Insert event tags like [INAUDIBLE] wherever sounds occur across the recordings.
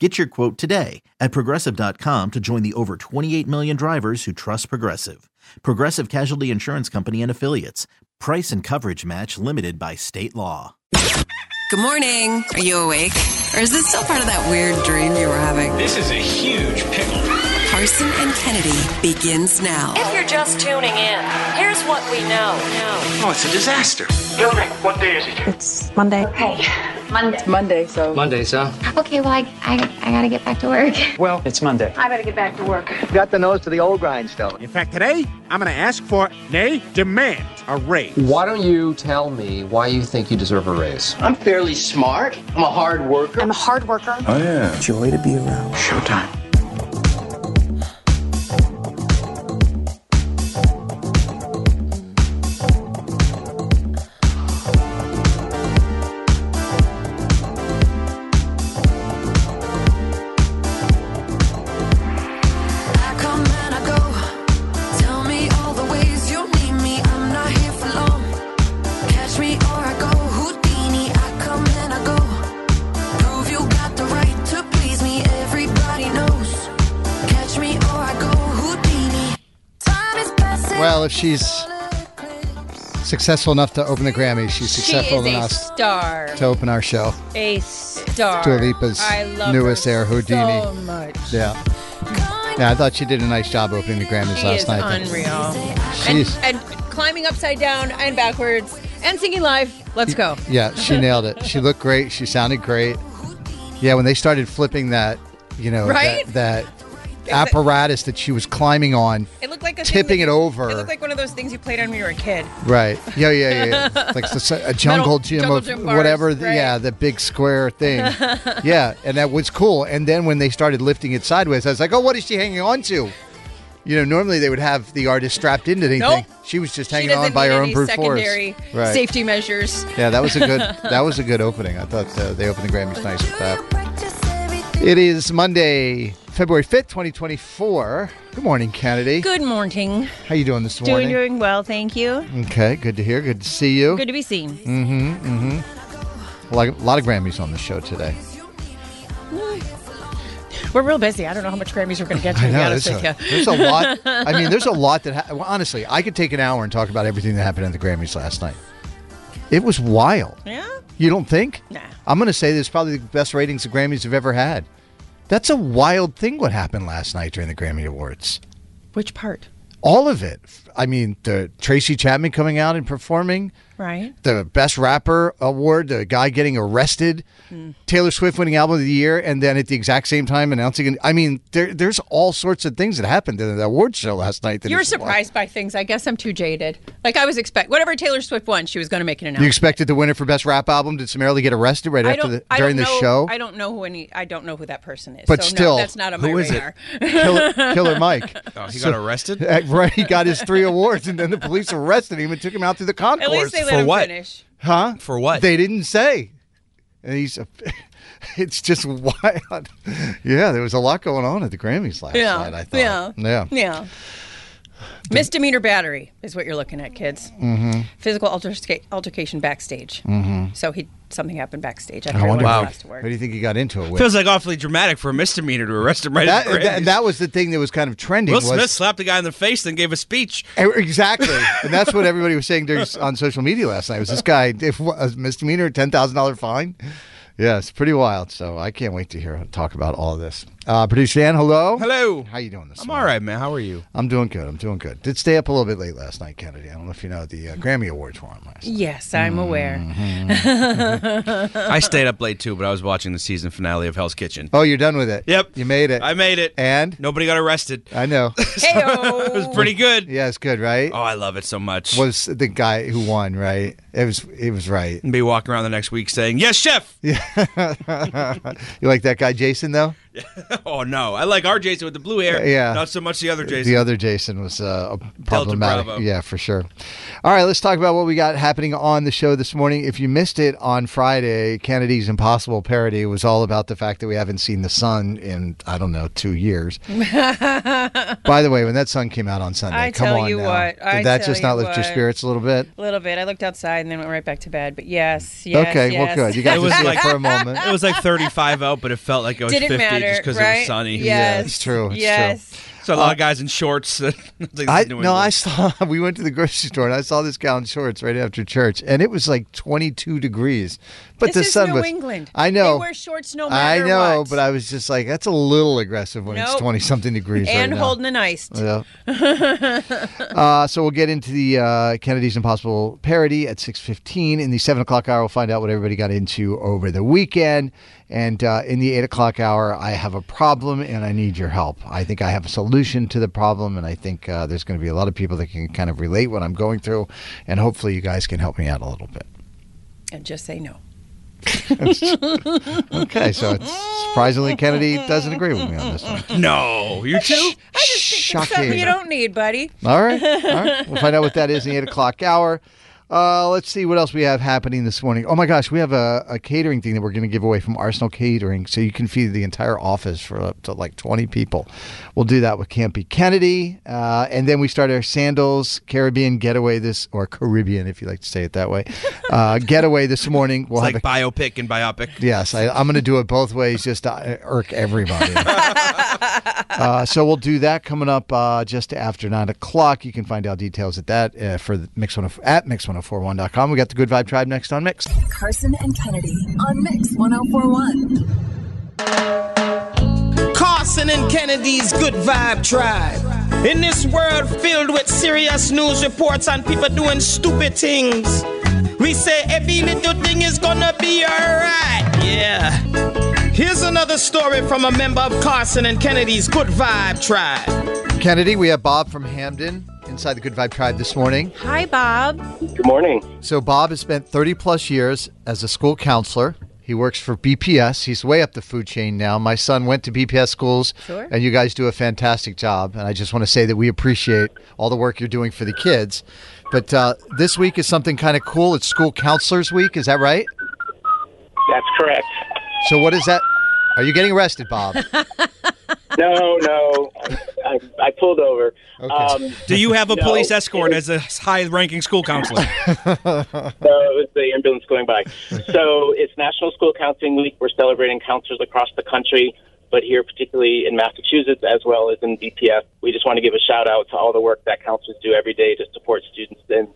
Get your quote today at progressive.com to join the over 28 million drivers who trust Progressive. Progressive Casualty Insurance Company and Affiliates. Price and coverage match limited by state law. Good morning. Are you awake? Or is this still part of that weird dream you were having? This is a huge pickle. Carson and Kennedy begins now. If you're just tuning in, here's what we know. Oh, it's a disaster. Gilman, what day is it? It's Monday. Okay, Monday. Monday, so. Mondays, huh? Okay, well, I, I, I gotta get back to work. Well, it's Monday. I better get back to work. Got the nose to the old grindstone. In fact, today, I'm going to ask for, nay, demand a raise. Why don't you tell me why you think you deserve a raise? I'm fairly smart. I'm a hard worker. I'm a hard worker. Oh, yeah. Joy to be around. Showtime. I come and I go. Tell me all the ways you need me. I'm not here for long. Catch me or I go Houdini. I come and I go. Prove you got the right to please me. Everybody knows. Catch me or I go Houdini. Time is passing. Well, if she's successful enough to open the Grammys, she's successful she is enough a star. to open our show. A star. Dua Lipa's I love newest her air, Houdini. So much. Yeah. Yeah, I thought she did a nice job opening the Grammys She last is night. unreal. And, She's, and climbing upside down and backwards and singing live. Let's go. yeah, she nailed it. She looked great. She sounded great. Yeah, when they started flipping that, you know, Right? that, that apparatus that she was climbing on, It looked like a thing tipping it that- over. It looked like one of those things you played on when you were a kid. Right. Yeah, yeah, yeah. [LAUGHS] yeah. like s- s- a jungle gym jungle of gym bars, whatever. th- right. Yeah, the big square [LAUGHS] thing. yeah, and that was cool. And then when they started lifting it sideways, I was like, oh, what is she hanging on to? You know, normally they would have the artist strapped into anything. Nope. She was just she hanging doesn't on by need her own any brute secondary force. Right. safety measures. Yeah, that was a [LAUGHS] good. that was a good opening. I thought uh, they opened the Grammys nice with that. It is Monday, February fifth, twenty twenty four. Good morning, Kennedy. Good morning. How you doing this Doing morning? doing well, thank you. okay, good to hear. Good to see you. Mm-hmm, Good to be seen. A lot, a lot of Grammys on the show [LAUGHS] today. We're real busy. I don't know how much Grammys we're going to get I to, to be know. honest There's a, with you. there's a lot. I [LAUGHS] mean, there's a lot that. Ha- well, honestly, I could take an hour and talk about everything that happened at the Grammys last night. It was wild. Yeah? You don't think? Nah. I'm going to say there's probably the best ratings the Grammys have ever had. That's a wild thing. What happened last night during the Grammy Awards? Which part? All of it. I mean, the Tracy Chapman coming out and performing, Right? the Best Rapper award, the guy getting arrested, Hmm. Taylor Swift winning Album of the Year, and then at the exact same time announcing. An, I mean, there, there's all sorts of things that happened in the awards show last night. That You were is wild. surprised by things. I guess I'm too jaded. Like I was expect whatever Taylor Swift won, she was going to make an You announcement. expected the winner for Best Rap Album to summarily get arrested right I after don't, the I during the don't know, show. I don't know who any. I don't know who that person is. But so still, no, that's not on who my is it? radar. Killer, [LAUGHS] Killer Mike. Oh, he [LAUGHS] got arrested? Uh, right, he got his three awards, and then the police arrested him and took him out to the concourse. At least they let For him what? finish. huh? For what? They didn't say. And he's, a, [LAUGHS] it's just wild. Yeah, there was a lot going on at the Grammys last Yeah, night. I thought. yeah. yeah. Yeah. Misdemeanor battery is what you're looking at, kids. Mm-hmm. Physical altersca- altercation backstage. Mm-hmm. So he something happened backstage. I, I wonder. wow. Wow. last What word. do you think he got into it with? Feels like awfully dramatic for a misdemeanor to arrest him right That, at the that, Grammys. that was the thing that was kind of trending. Will was- Smith slapped a guy in the face, then gave a speech. Eh, Exactly, and that's what everybody was saying during, on social media last night. Was this guy if uh, a misdemeanor, ten thousand dollar fine? Yeah, it's pretty wild. So I can't wait to hear talk about all this. Uh, Producer Dan, hello. Hello. How you doing this I'm all right, man. How are you? I'm doing good. I'm doing good. Did stay up a little bit late last night, Kennedy. I don't know if you know the uh, Grammy Awards were on [LAUGHS] last. Yes, I'm Mm-hmm. aware. [LAUGHS] I stayed up late too, but I was watching the season finale of Hell's Kitchen. Oh, you're done with it. Yep, you made it. I made it. And nobody got arrested. I know. [LAUGHS] it was pretty good. Yeah, it's good, right? Oh, I love it so much. Was the guy who won right? It was. It was right. [LAUGHS] Be walking around the next week saying, "Yes, chef." [LAUGHS] You like that guy, Jason? Though oh no, I like our Jason with the blue hair. Yeah. Not so much the other Jason. the other Jason was uh, problematic. Bravo. Yeah, for sure. All right, let's talk about what we got happening on the show this morning. If you missed it on Friday, Kennedy's Impossible parody was all about the fact that we haven't seen the sun in I don't know two [LAUGHS] years. By the way, when that sun came out on Sunday, I come tell on you now. what, did I that tell just not you lift your what. spirits a little bit? A little bit. I looked outside and then went right back to bed. But yes, yes. okay, yes. well, good. You got It to was see like- it for a moment. It was like 35 out, but it felt like it was Didn't 50 matter, just because it right? was sunny. Yes. it's true. It's Yes. true. Uh, So a lot of guys in shorts. [LAUGHS] I, I no, I saw. [LAUGHS] We went to the grocery store and I saw this guy in shorts right after church, and it was like 22 degrees. But This the is sun New was. England. I know. They wear shorts no I matter know, what. but I was just like, that's a little aggressive when it's Nope. 20 something degrees. and right now. holding an iced. Yeah. [LAUGHS] Uh, so we'll get into the uh, Kennedy's Impossible parody at 6.15. In the 7 o'clock hour, we'll find out what everybody got into over the weekend. And uh, in the 8 o'clock hour, I have a problem and I need your help. I think I have a solution to the problem, and I think uh, there's going to be a lot of people that can kind of relate what I'm going through. And hopefully you guys can help me out a little bit. and just [LAUGHS] say no. [LAUGHS] Okay, so it's surprisingly, Kennedy doesn't agree with me on this one. No, you too? I just think it's something Shocking. you don't need, buddy. [LAUGHS] All right. All [LAUGHS] right. We'll find out what that is in the 8 o'clock hour. Uh, let's see what else we have happening this morning. Oh my gosh, we have a, a catering thing that we're going to give away from Arsenal Catering, so you can feed the entire office for up to like twenty people. We'll do that with Campy Kennedy, uh, and then we start our sandals Caribbean getaway this or Caribbean, if you like to say it that way, uh, getaway this morning. We'll It's like have biopic and biopic. a, yes, I, I'm going to do it both ways just to irk everybody. Uh, so we'll do that coming up uh, just after nine o'clock. You can find out details at that uh, for the mix one at mix1041.com. We got the Good Vibe Tribe next on Mix. Carson and Kennedy on Mix 1041. Carson and Kennedy's Good Vibe Tribe. In this world filled with serious news reports and people doing stupid things, we say every little thing is gonna be alright. Yeah. Here's another story from a member of Carson and Kennedy's Good Vibe Tribe. Kennedy, we have Bob from Hamden inside the Good Vibe Tribe this morning. Hi, Bob. Good morning. So Bob has spent 30 plus years as a school counselor. He works for BPS. He's way up the food chain now. My son went to BPS schools, Sure. and you guys do a fantastic job. And I just want to say that we appreciate all the work you're doing for the kids. But uh, this week is something kind of cool. It's School Counselors Week. Is that right? That's correct. So what is that? Are you getting arrested, Bob? No, no, I, I pulled over. Um, Do you have [LAUGHS] a no, police escort it as a high ranking school counselor? was- No, it was the ambulance going by. So it's National School Counseling Week. We're celebrating counselors across the country, but here, particularly in Massachusetts, as well as in BPS, we just want to give a shout out to all the work that counselors do every day to support students in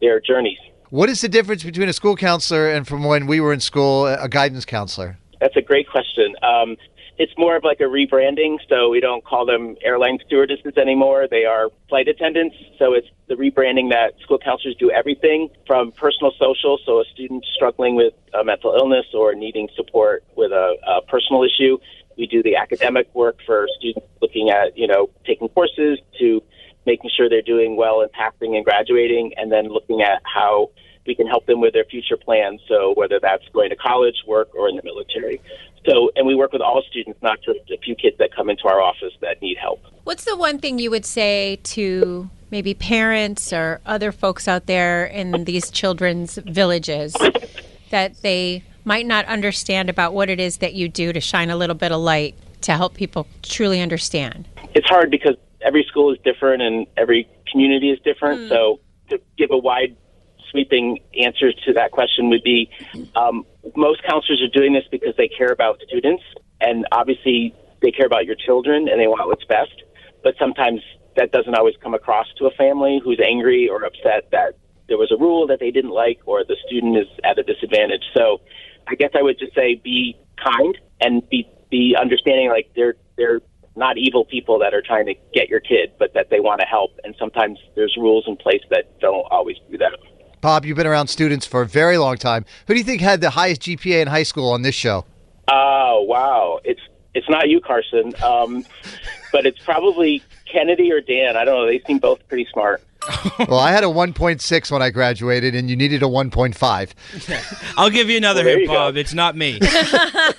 their journeys. What is the difference between a school counselor and from when we were in school, a guidance counselor? That's a great question. Um, it's more of like a rebranding, so we don't call them airline stewardesses anymore. They are flight attendants. So it's the rebranding that school counselors do everything from personal social, so a student struggling with a mental illness or needing support with a, a personal issue. We do the academic work for students looking at, you know, taking courses to making sure they're doing well and passing and graduating, and then looking at how we can help them with their future plans. So whether that's going to college, work, or in the military. So, and we work with all students, not just a few kids that come into our office that need help. What's the one thing you would say to maybe parents or other folks out there in these children's villages that they might not understand about what it is that you do to shine a little bit of light to help people truly understand? It's hard because every school is different and every community is different. So, to give a wide sweeping answer to that question would be um, most counselors are doing this because they care about students and obviously they care about your children and they want what's best but sometimes that doesn't always come across to a family who's angry or upset that there was a rule that they didn't like or the student is at a disadvantage so i guess i would just say be kind and be be understanding like they're they're not evil people that are trying to get your kid, but that they want to help. And sometimes there's rules in place that don't always do that. Bob, you've been around students for a very long time. Who do you think had the highest GPA in high school on this [LAUGHS] show? Oh wow! It's it's not you, Carson, um, but it's probably Kennedy or Dan. I don't know. They seem both pretty smart. well, I had a 1.6 when I graduated, and you needed a 1.5. I'll give you Well, another there hint, you go. Bob. It's not [LAUGHS] me. okay, all [LAUGHS]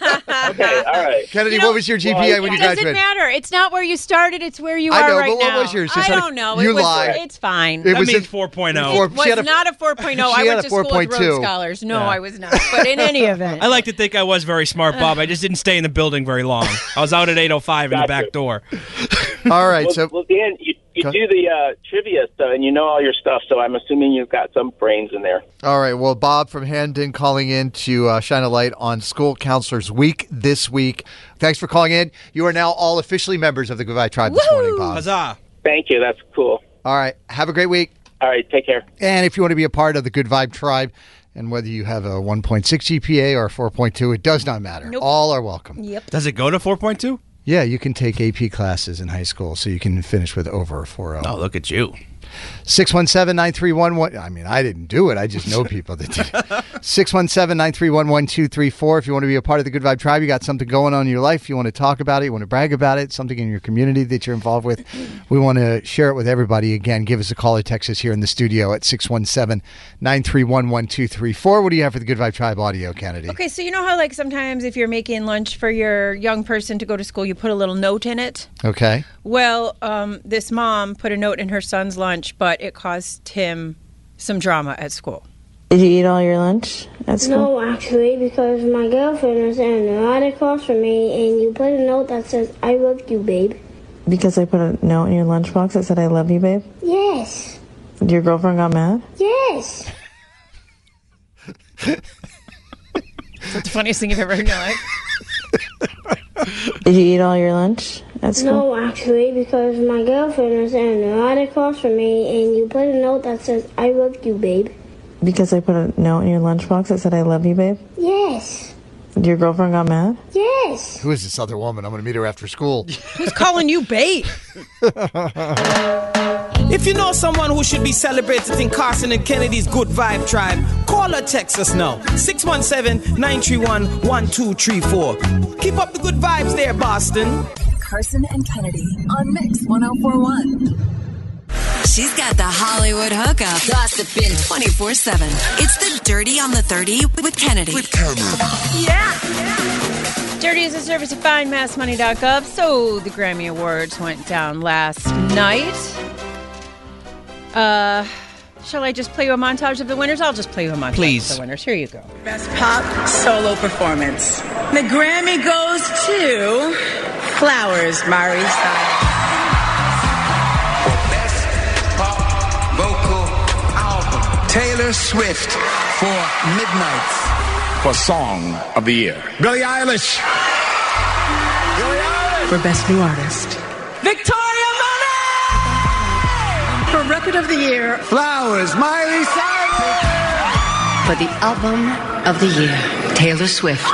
right. Kennedy, what was your GPA when you It doesn't graduated? matter. It's not where you started. It's where you I are know, right but what now. was yours? Just I like- don't know. you it was, lied. It's fine. It That was means in- 4.0. Four- It was she had a- not a 4.0. she I had went a to school with 4.2. Rhodes Scholars. No, Yeah. I was not. But in [LAUGHS] any event. I like to think I was very smart, Bob. I just didn't stay in the building very long. I was out at 8:05 in the back door. [LAUGHS] All right, well, so well, Dan, you, you do the uh, trivia stuff, and you know all your stuff. So I'm assuming you've got some brains in there. All right. Well, Bob from Hamden calling in to uh, shine a light on School Counselors Week this week. Thanks for calling in. You are now all officially members of the Goodbye Tribe this morning, Bob. Huzzah! Thank you. That's cool. All right. Have a great week. All right. Take care. And if you want to be a part of the Good Vibe Tribe, and whether you have a 1.6 GPA or a 4.2, it does not matter. Nope. All are welcome. Yep. Does it go to 4.2? Yeah, you can take AP classes in high school, so you can finish with over a 4.0. Oh, look at you. 617 9311. I mean, I didn't do it. I just know people that did [LAUGHS] it. 617 931 1234. If you want to be a part of the Good Vibe Tribe, you got something going on in your life, you want to talk about it, you want to brag about it, something in your community that you're involved with, we want to share it with everybody. Again, give us a call or text us here in the studio at 617 931 1234. What do you have for the Good Vibe Tribe audio, Kennedy? Okay, so you know how like sometimes if you're making lunch for your young person to go to school, you put a little note in it? Okay. Well, um, this mom put a note in her son's lunch, but it caused him some drama at school. Did you eat all your lunch at school? No, actually, because my girlfriend is standing right across from me, and you put a note that says, I love you, babe. Because I put a note in your lunchbox that said, I love you, babe? Yes. Your girlfriend got mad? Yes. That's the funniest thing you've ever heard in your life. Did you eat all your lunch at school? No, actually, because my girlfriend is standing right across from me, and you put a note that says, I love you, babe. Because I put a note in your lunchbox that said, I love you, babe? Yes. Your girlfriend got mad? Yes. Who is this other woman? I'm going to meet her after school. [LAUGHS] Who's calling you babe? [LAUGHS] If you know someone who should be celebrated in Carson and Kennedy's Good Vibe Tribe, call or text us now. 617-931-1234. Keep up the good vibes there, Boston. Carson and Kennedy on Mix 1041. She's got the Hollywood hookup, gossiping 24 7. It's the Dirty on the 30 with Kennedy. With Kennedy. Dirty is a service of findmassmoney.gov. So the Grammy Awards went down last night. Uh, shall I just play you a montage of the winners? I'll just play you a montage Please. of the winners. Here you go. Best Pop Solo Performance. The Grammy goes to Flowers, Mari Styles. vocal album. Taylor Swift for Midnights. For Song of the Year. Billie Eilish. For Best New Artist. Victoria Monet! For Record of the Year. Flowers, Miley Cyrus! For the album of the year, Taylor Swift.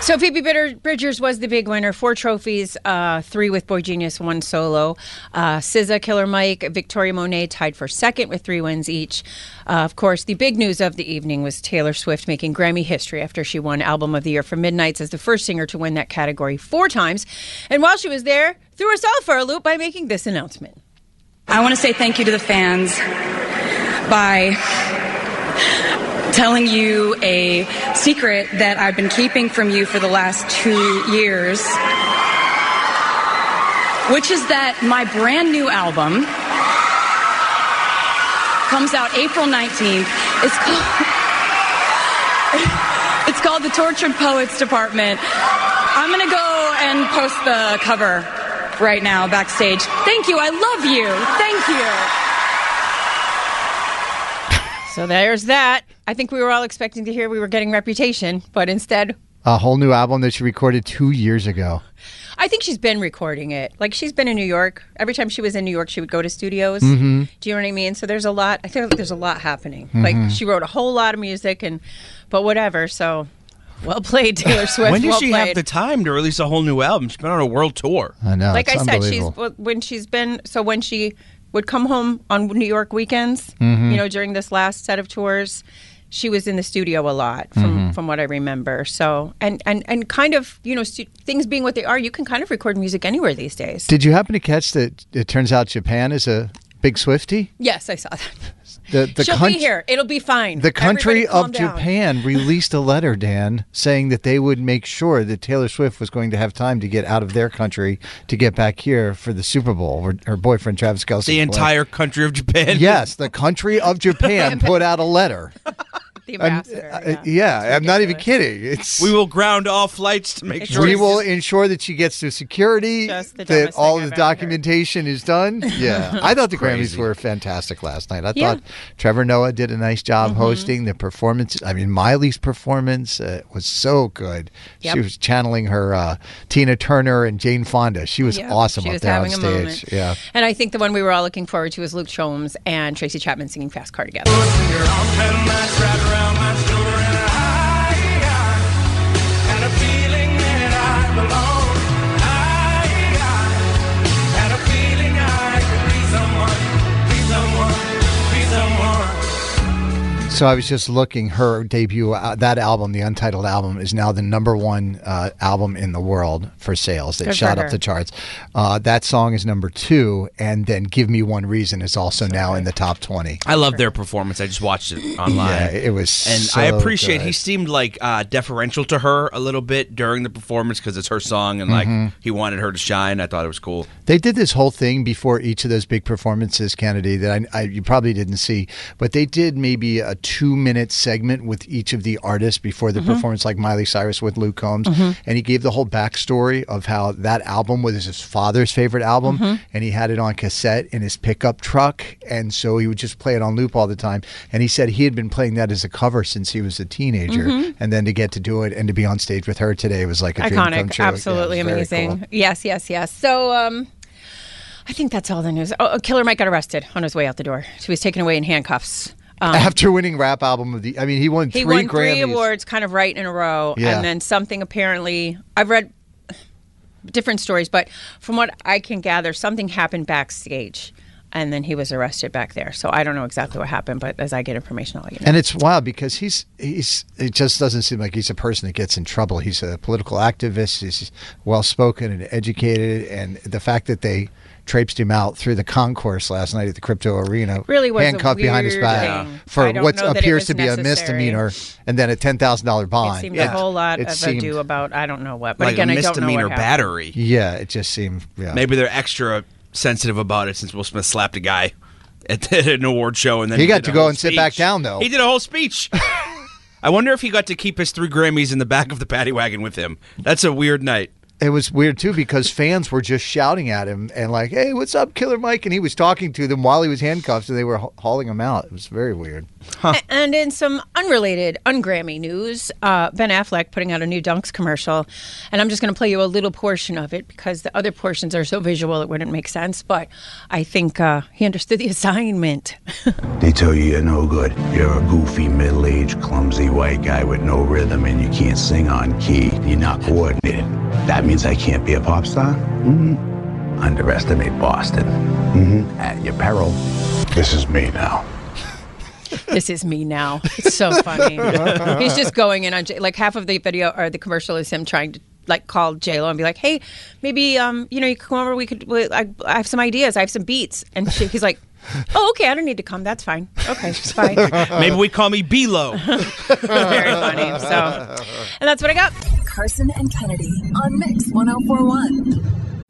So Phoebe Bitter- Bridgers was the big winner. Four trophies, uh, three with Boy Genius, one solo. Uh, SZA, Killer Mike, Victoria Monet tied for second with three wins each. Uh, of course, the big news of the evening was Taylor Swift making Grammy history after she won Album of the Year for Midnights as the first singer to win that category four times. And while she was there, threw us all for a loop by making this announcement. I want to say thank you to the fans by telling you a secret that I've been keeping from you for the last two years, which is that my brand new album comes out April 19th. It's called, [LAUGHS] it's called The Tortured Poets Department. I'm going to go and post the cover right now backstage. Thank you. I love you. Thank you. So there's that. I think we were all expecting to hear we were getting reputation, but instead, A whole new album that she recorded two years ago. I think she's been recording it. Like she's been in New York. Every time she was in New York, she would go to studios. Mm-hmm. Mhm. Do you know what I mean? So there's a lot. I feel like there's a lot happening. Like Mhm. she wrote a whole lot of music, and but whatever. So Well played, Taylor Swift. when does well she have played. the time to release a whole new album? She's been on a world tour. I know. like I said, she's when she's been so when she would come home on New York weekends, Mm-hmm. Mhm. you know, during this last set of tours, she was in the studio a lot from Mm-hmm. Mhm. from what I remember. So and and and kind of you know stu- things being what they are, you can kind of record music anywhere these days. Did you happen to catch that? It turns out Japan is a big Swifty. Yes, I saw that. The [LAUGHS] the She'll country. be here. It'll be fine. The country Everybody calm of down. Japan released a letter, Dan, saying that they would make sure that Taylor Swift was going to have time to get out of their country to get back here for the Super Bowl, where her boyfriend Travis Kelce. The entire country of Japan. Yes, the country of Japan put out a letter. [LAUGHS] The ambassador. yeah, I'm not even kidding. It's We will ground all flights to make sure. we will ensure that she gets through security, Just the that dumbest all thing the I've documentation is done. [LAUGHS] Yeah, I thought the Grammys Crazy. were fantastic last night. I Yeah. Mm-hmm. thought Trevor Noah did a nice job hosting the performance. I mean, Miley's performance uh, was so good. Yep. She was channeling her uh, Tina Turner and Jane Fonda. She was Yep, awesome she up was there on having a stage. moment. Yeah. And I think the one we were all looking forward to was Luke Combs and Tracy Chapman singing Fast Car together. So I was just looking. Her debut, uh, that album, the untitled album, is now the number one uh, album in the world for sales. They Good for shot her. up the charts. Uh, that song is number two, and then "Give Me One Reason" is also now in the top twenty. I love their performance. I just watched it online. Yeah, it was and so I appreciate good. he seemed like uh, deferential to her a little bit during the performance because it's her song and like Mhm. he wanted her to shine. I thought it was cool. They did this whole thing before each of those big performances, Kennedy, that I, I you probably didn't see, but they did maybe a two minute segment with each of the artists before the Mm-hmm. Mhm. performance, like Miley Cyrus with Luke Combs. Mhm. And he gave the whole backstory of how that album was his father's favorite album, Mm-hmm. Mhm. and he had it on cassette in his pickup truck. And so he would just play it on loop all the time. And he said he had been playing that as a cover since he was a teenager. Mhm. And then to get to do it and to be on stage with her today was like a dream come Iconic, true. Yeah, it was absolutely very amazing. cool. Yes, yes, yes. So, um, I think that's all the news. Oh, Killer Mike got arrested on his way out the door. So he was taken away in handcuffs. Um, After winning rap album of the, I mean, he won he three won Grammys. three awards, kind of right in a row, Yeah. and then something apparently I've read different stories, but from what I can gather, something happened backstage. And then he was arrested back there. So I don't know exactly what happened, but as I get information, I'll let you know. And it's wild because he's he's it just doesn't seem like he's a person that gets in trouble. He's a political activist. He's well spoken and educated, and the fact that they traipsed him out through the concourse last night at the crypto arena, Really was a handcuffed behind his weird back thing. I for don't what know that it appears was to be a necessary. misdemeanor, and then a ten thousand dollar bond. It seemed Yeah. a whole lot It of seemed- ado about I don't know what, but Like again, I a don't know what misdemeanor happened. battery. Yeah, it just seemed. Yeah. Maybe they're extra sensitive about it since Will Smith slapped a guy [LAUGHS] at an award show and then He got did to a go whole and sit back speech. down, though. He did a whole speech. I wonder if he got to keep his three Grammys in the back of the paddy wagon with him. That's a weird [LAUGHS] night. It was weird too because fans were just shouting at him and like, "Hey, what's up, Killer Mike?" And he was talking to them while he was handcuffed, and they were ha- hauling him out. It was very weird. [LAUGHS] A- And in some unrelated, ungrammy news, uh, Ben Affleck putting out a new Dunks commercial, and I'm just going to play you a little portion of it because the other portions are so visual it wouldn't make sense. But I think uh, he understood the [LAUGHS] assignment. They tell you you're no good. You're a goofy, middle aged, clumsy white guy with no rhythm and you can't sing on key. You're not coordinated. That means I can't be a pop star? Mm hmm. Underestimate Boston. Mm hmm. At your peril. This is me now. this is me now. It's so [LAUGHS] [LAUGHS] funny. He's just going in on J- like half of the video or the commercial is him trying to like call J Lo and be like, "Hey, maybe um, you know, you could come over. We could. we- I, I have some ideas. I have some beats." And she, he's like, "Oh, okay. I don't need to come. That's fine. Okay, it's fine." Maybe we call me [LAUGHS] B-Lo. Very funny. So, and that's what I got. Carson and Kennedy on Mix 1041.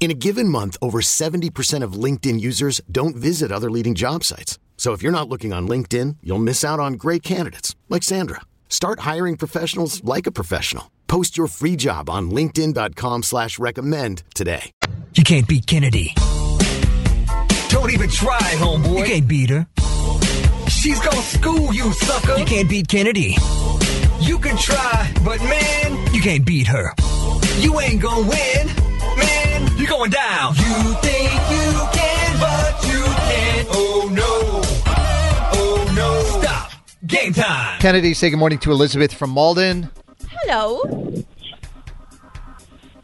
In a given month, over 70% of LinkedIn users don't visit other leading job sites. So if you're not looking on LinkedIn, you'll miss out on great candidates like Sandra. Start hiring professionals like a professional. Post your free job on linkedin.com/recommend slash recommend today. You can't beat Kennedy. Don't even try, homeboy. You can't beat her. She's gonna school you, sucker. You can't beat Kennedy. You can try, but man, you can't beat her. You ain't gonna win, man. You're going down. You think you can, but you can't. Oh no. Oh no. Stop. Game time. Kennedy, say good morning to Elizabeth from Malden. Hello.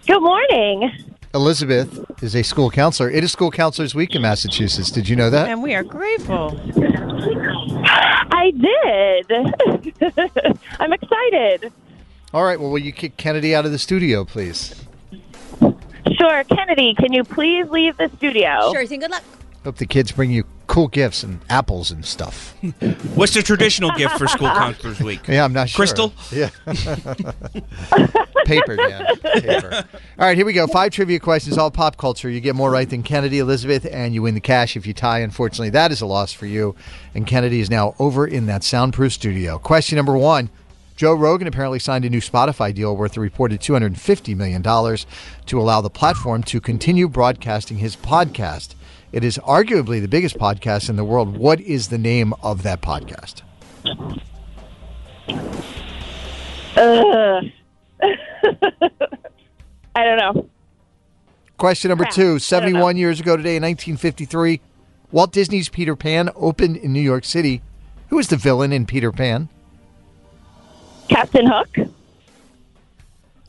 Good morning. Elizabeth is a school counselor. It is School Counselors Week in Massachusetts. Did you know that? And we are grateful. I did. I'm excited. All right. Well, will you kick Kennedy out of the studio, please? Sure, Kennedy, can you please leave the studio? Sure thing. Good luck. Hope the kids bring you cool gifts and apples and stuff. What's the traditional gift [LAUGHS] for School Counselors Week? [LAUGHS] Yeah, I'm not sure. Crystal? Yeah. Paper, Dan. Paper. All right, here we go. Five trivia questions, all pop culture. You get more right than Kennedy, Elizabeth, and you win the cash. If you tie, unfortunately, that is a loss for you. And Kennedy is now over in that soundproof studio. Question number one. Joe Rogan apparently signed a new Spotify deal worth a reported $250 million to allow the platform to continue broadcasting his podcast. It is arguably the biggest podcast in the world. What is the name of that podcast? Ugh. I don't know. Question number Crap. two 71 years ago today in 1953, Walt Disney's Peter Pan opened in New York City. Who is the villain in Peter Pan? Captain Hook?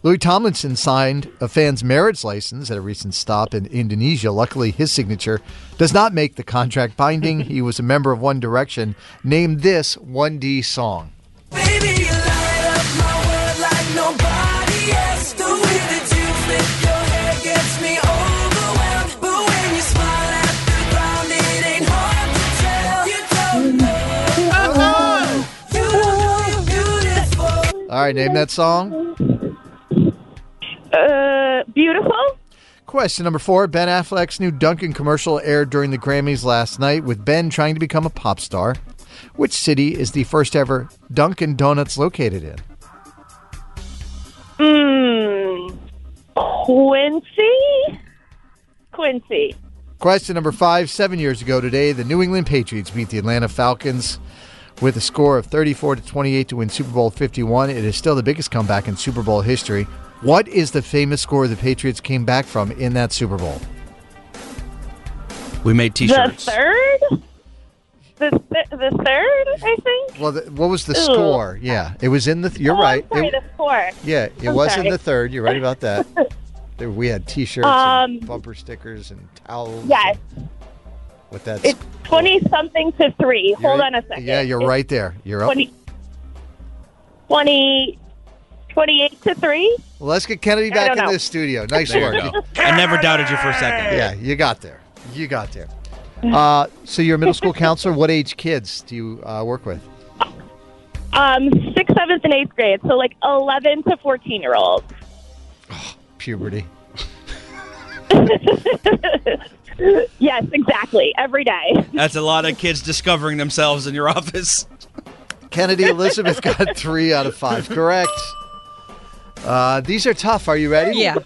Louis Tomlinson signed a fan's marriage license at a recent stop in Indonesia. Luckily, his signature does not make the contract binding. he was a member of One Direction. Name this 1D song. All right, name that song. Uh, beautiful. Question number four Ben Affleck's new Duncan commercial aired during the Grammys last night with Ben trying to become a pop star. Which city is the first ever Dunkin' Donuts located in? Mm, Quincy? Quincy. Question number five. Seven years ago today, the New England Patriots beat the Atlanta Falcons with a score of 34 to 28 to win Super Bowl 51. It is still the biggest comeback in Super Bowl history. What is the famous score the Patriots came back from in that Super Bowl? We made The third? The, th- the third, I think? Well, the, what was the Ooh. score? Yeah, it was in the. Th- you're Oh, I'm right. sorry, It- the fourth. yeah, it I'm was sorry. in the third. You're [LAUGHS] right about that. There- we had T-shirts, Um, and bumper stickers, and towels. Oh. Yes, What that's it's 20 something to 3. Hold on a second. yeah, you're It's right there. You're up. 20, 20 28 to 3? Well, let's get Kennedy I back don't in know. the studio. Nice There work. you go. I never doubted you for a second. Yeah, you got there. You got there. Uh, so you're a middle school counselor. What age kids do you uh, work with? Um, 6th, 7th, and 8th grade. So like 11 to 14 year olds. Puberty. [LAUGHS] Yes, exactly. Every day. That's a lot of kids discovering themselves in your office. Kennedy Elizabeth got three out of five. Correct. Uh, these are tough. Are you ready? Yeah.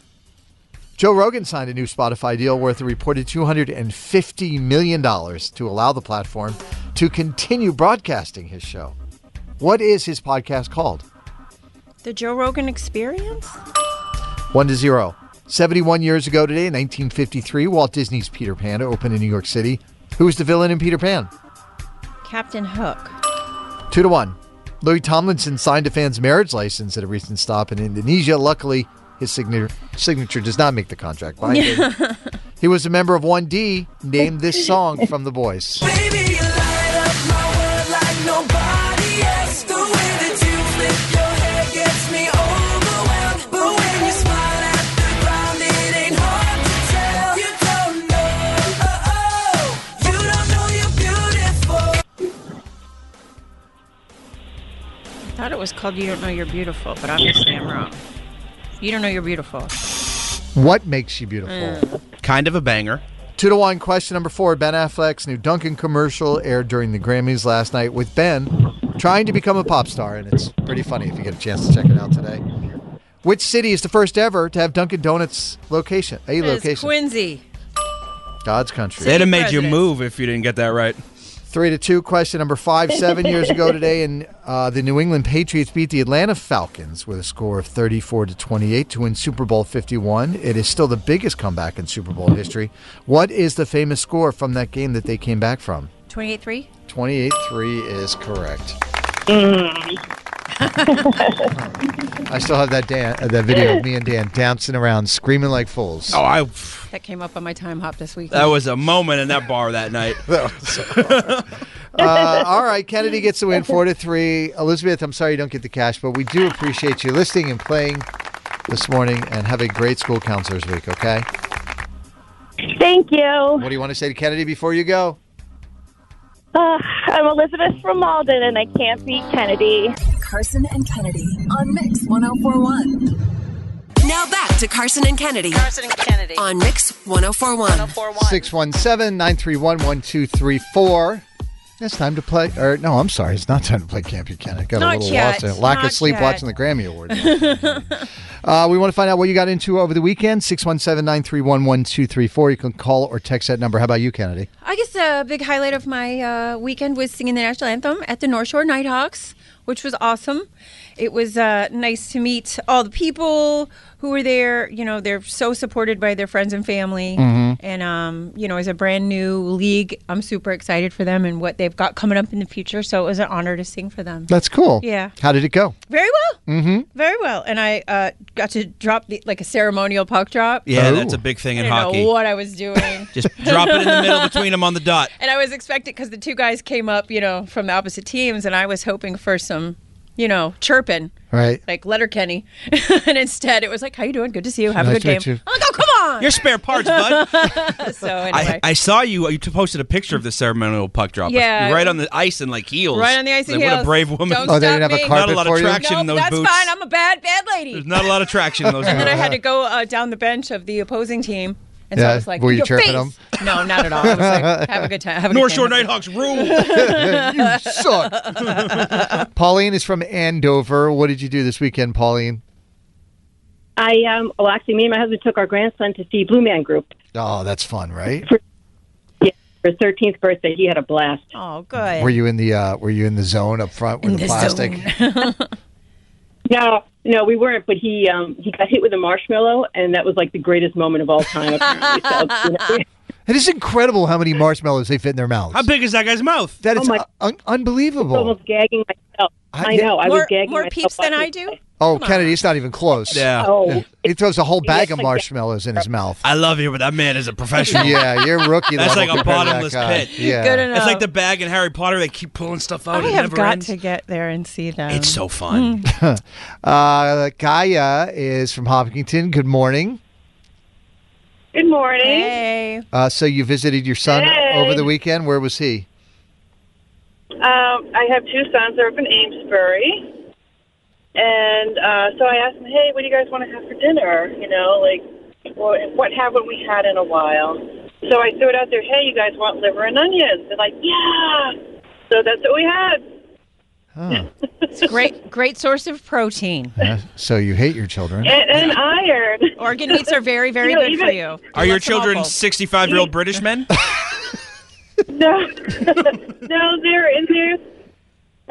Joe Rogan signed a new Spotify deal worth a reported $250 million to allow the platform to continue broadcasting his show. What is his podcast called? The Joe Rogan Experience? One to zero. 71 years ago today, in 1953, Walt Disney's Peter Pan opened in New York City. Who was the villain in Peter Pan? Captain Hook. Two to one. Louis Tomlinson signed a fan's marriage license at a recent stop in Indonesia. Luckily, his signature signature does not make the contract. binding. he was a member of 1D. Named this song from the boys. I thought it was called You Don't Know You're Beautiful, but obviously I'm wrong. You Don't Know You're Beautiful. What makes you beautiful? Mm. Kind of a banger. Two to one. Question number four. Ben Affleck's new Duncan commercial aired during the Grammys last night with Ben trying to become a pop star, and it's pretty funny if you get a chance to check it out today. Which city is the first ever to have Dunkin' Donuts location? A That is location. Quincy. God's country. They'd have made you move if you didn't get that right. Three to two. Question number five. Seven years ago today, and uh, the New England Patriots beat the Atlanta Falcons with a score of thirty-four to twenty-eight to win Super Bowl Fifty-one. It is still the biggest comeback in Super Bowl history. What is the famous score from that game that they came back from? 28 3? Twenty-eight three is correct. I still have that Dan, uh, that video of me and Dan dancing around, screaming like fools. Oh, I [LAUGHS] That came up on my time hop this week. [LAUGHS] that was a moment in that bar that [LAUGHS] night. uh, all right, Kennedy gets the [LAUGHS] win, four to three. Elizabeth, I'm sorry you don't get the cash, but we do appreciate you listening and playing this morning. And have a great school counselors week. Okay. Thank you. What do you want to say to Kennedy before you go? Uh, I'm Elizabeth from Malden, and I can't beat Kennedy. Carson and Kennedy on Mix 1041. Now back to Carson and Kennedy. Carson and Kennedy. On Mix 1041. 617-931-1234. It's time to play. Or no, I'm sorry, it's not time to play Camp Buchanan. Got Not a little yet. lost in it. Lack Not of sleep yet. watching the Grammy Awards. [LAUGHS] Uh, we want to find out what you got into over the weekend. 617-931-1234. You can call or text that number. How about you, Kennedy? I guess a big highlight of my uh, weekend was singing the national anthem at the North Shore Nighthawks, which was awesome. It was uh, nice to meet all the people who were there. You know, they're so supported by their friends and family. Mm-hmm. Mhm. And, um, you know, as a brand new league, I'm super excited for them and what they've got coming up in the future. So it was an honor to sing for them. That's cool. Yeah. How did it go? Very well. Mm-hmm. Very well. And I uh, got to drop the, like a ceremonial puck drop. Yeah, that's a big thing in I don't hockey. know what I was doing. Just drop it in the [LAUGHS] middle between them on the dot. And I was expecting because the two guys came up, you know, from the opposite teams, and I was hoping for some, you know, chirping, Right. like Letterkenny, [LAUGHS] and instead it was like, "How you doing? Good to see you. Have Nice a to good meet game." you. I'm like, "Oh, come on!" Your spare parts, bud. [LAUGHS] so I, anyway, I saw you. You posted a picture of the ceremonial puck drop. Yeah. You're right on the ice in like heels. right on the ice Like, and What a heels. brave woman. Don't Oh, stop me. Not a lot of traction Nope, in those that's boots. fine. I'm a bad, bad lady. There's not a lot of [LAUGHS] traction in those and boots. then I had to go uh, down the bench of the opposing team. And so Yeah, I was like, were you "Your chirping face!" them? No, not at all. I was [LAUGHS] like, have a good time. Have a North good Shore time. Nighthawks rule. [LAUGHS] You suck. Pauline is from Andover. What did you do this weekend, Pauline? [LAUGHS] I um well actually me and my husband took our grandson to see Blue Man Group Oh, that's fun, right? for his thirteenth birthday. He had a blast. Oh [LAUGHS] good. Were you in the uh, Were you in the zone up front with the, plastic? [LAUGHS] No, no, we weren't, but he um he got hit with a marshmallow and that was like the greatest moment of all time apparently. So, you know, It is incredible how many marshmallows they fit in their mouths. [LAUGHS] How big is that guy's mouth? [LAUGHS] That is Oh, my- un- Oh, unbelievable. almost gagging myself. I, know, I was more, gagging more myself peeps than watching I do. it. Oh, Kennedy, it's not even close. Yeah. Oh. He throws a whole bag of marshmallows in his mouth. I love you, but that man is a [LAUGHS] professional. Yeah, you're rookie That's level like compared to a that bottomless guy. pit. Yeah. Good It's enough. like the bag in Harry Potter. They keep pulling stuff out. I have it Oh, never got ends. to get there and see them. Mm. It's so fun. [LAUGHS] uh, Gaia is from Hopkinton. Good morning. Good morning. Hey. Uh, so you visited your son Hey. over the weekend. Where was he? Um, I have two sons. They're up in Amesbury. And uh, so I asked them, hey, what do you guys want to have for dinner? You know, like, what, what haven't we had in a while? So I threw it out there, hey, you guys want liver and onions? They're like, yeah. So that's what we had. It's a great, great source of protein. Uh, so you hate your children. And, and iron. Organ meats are very, very You know, good for even- you. Are your Lots of children waffles. 65 year old British men? [LAUGHS] No, no, they're in their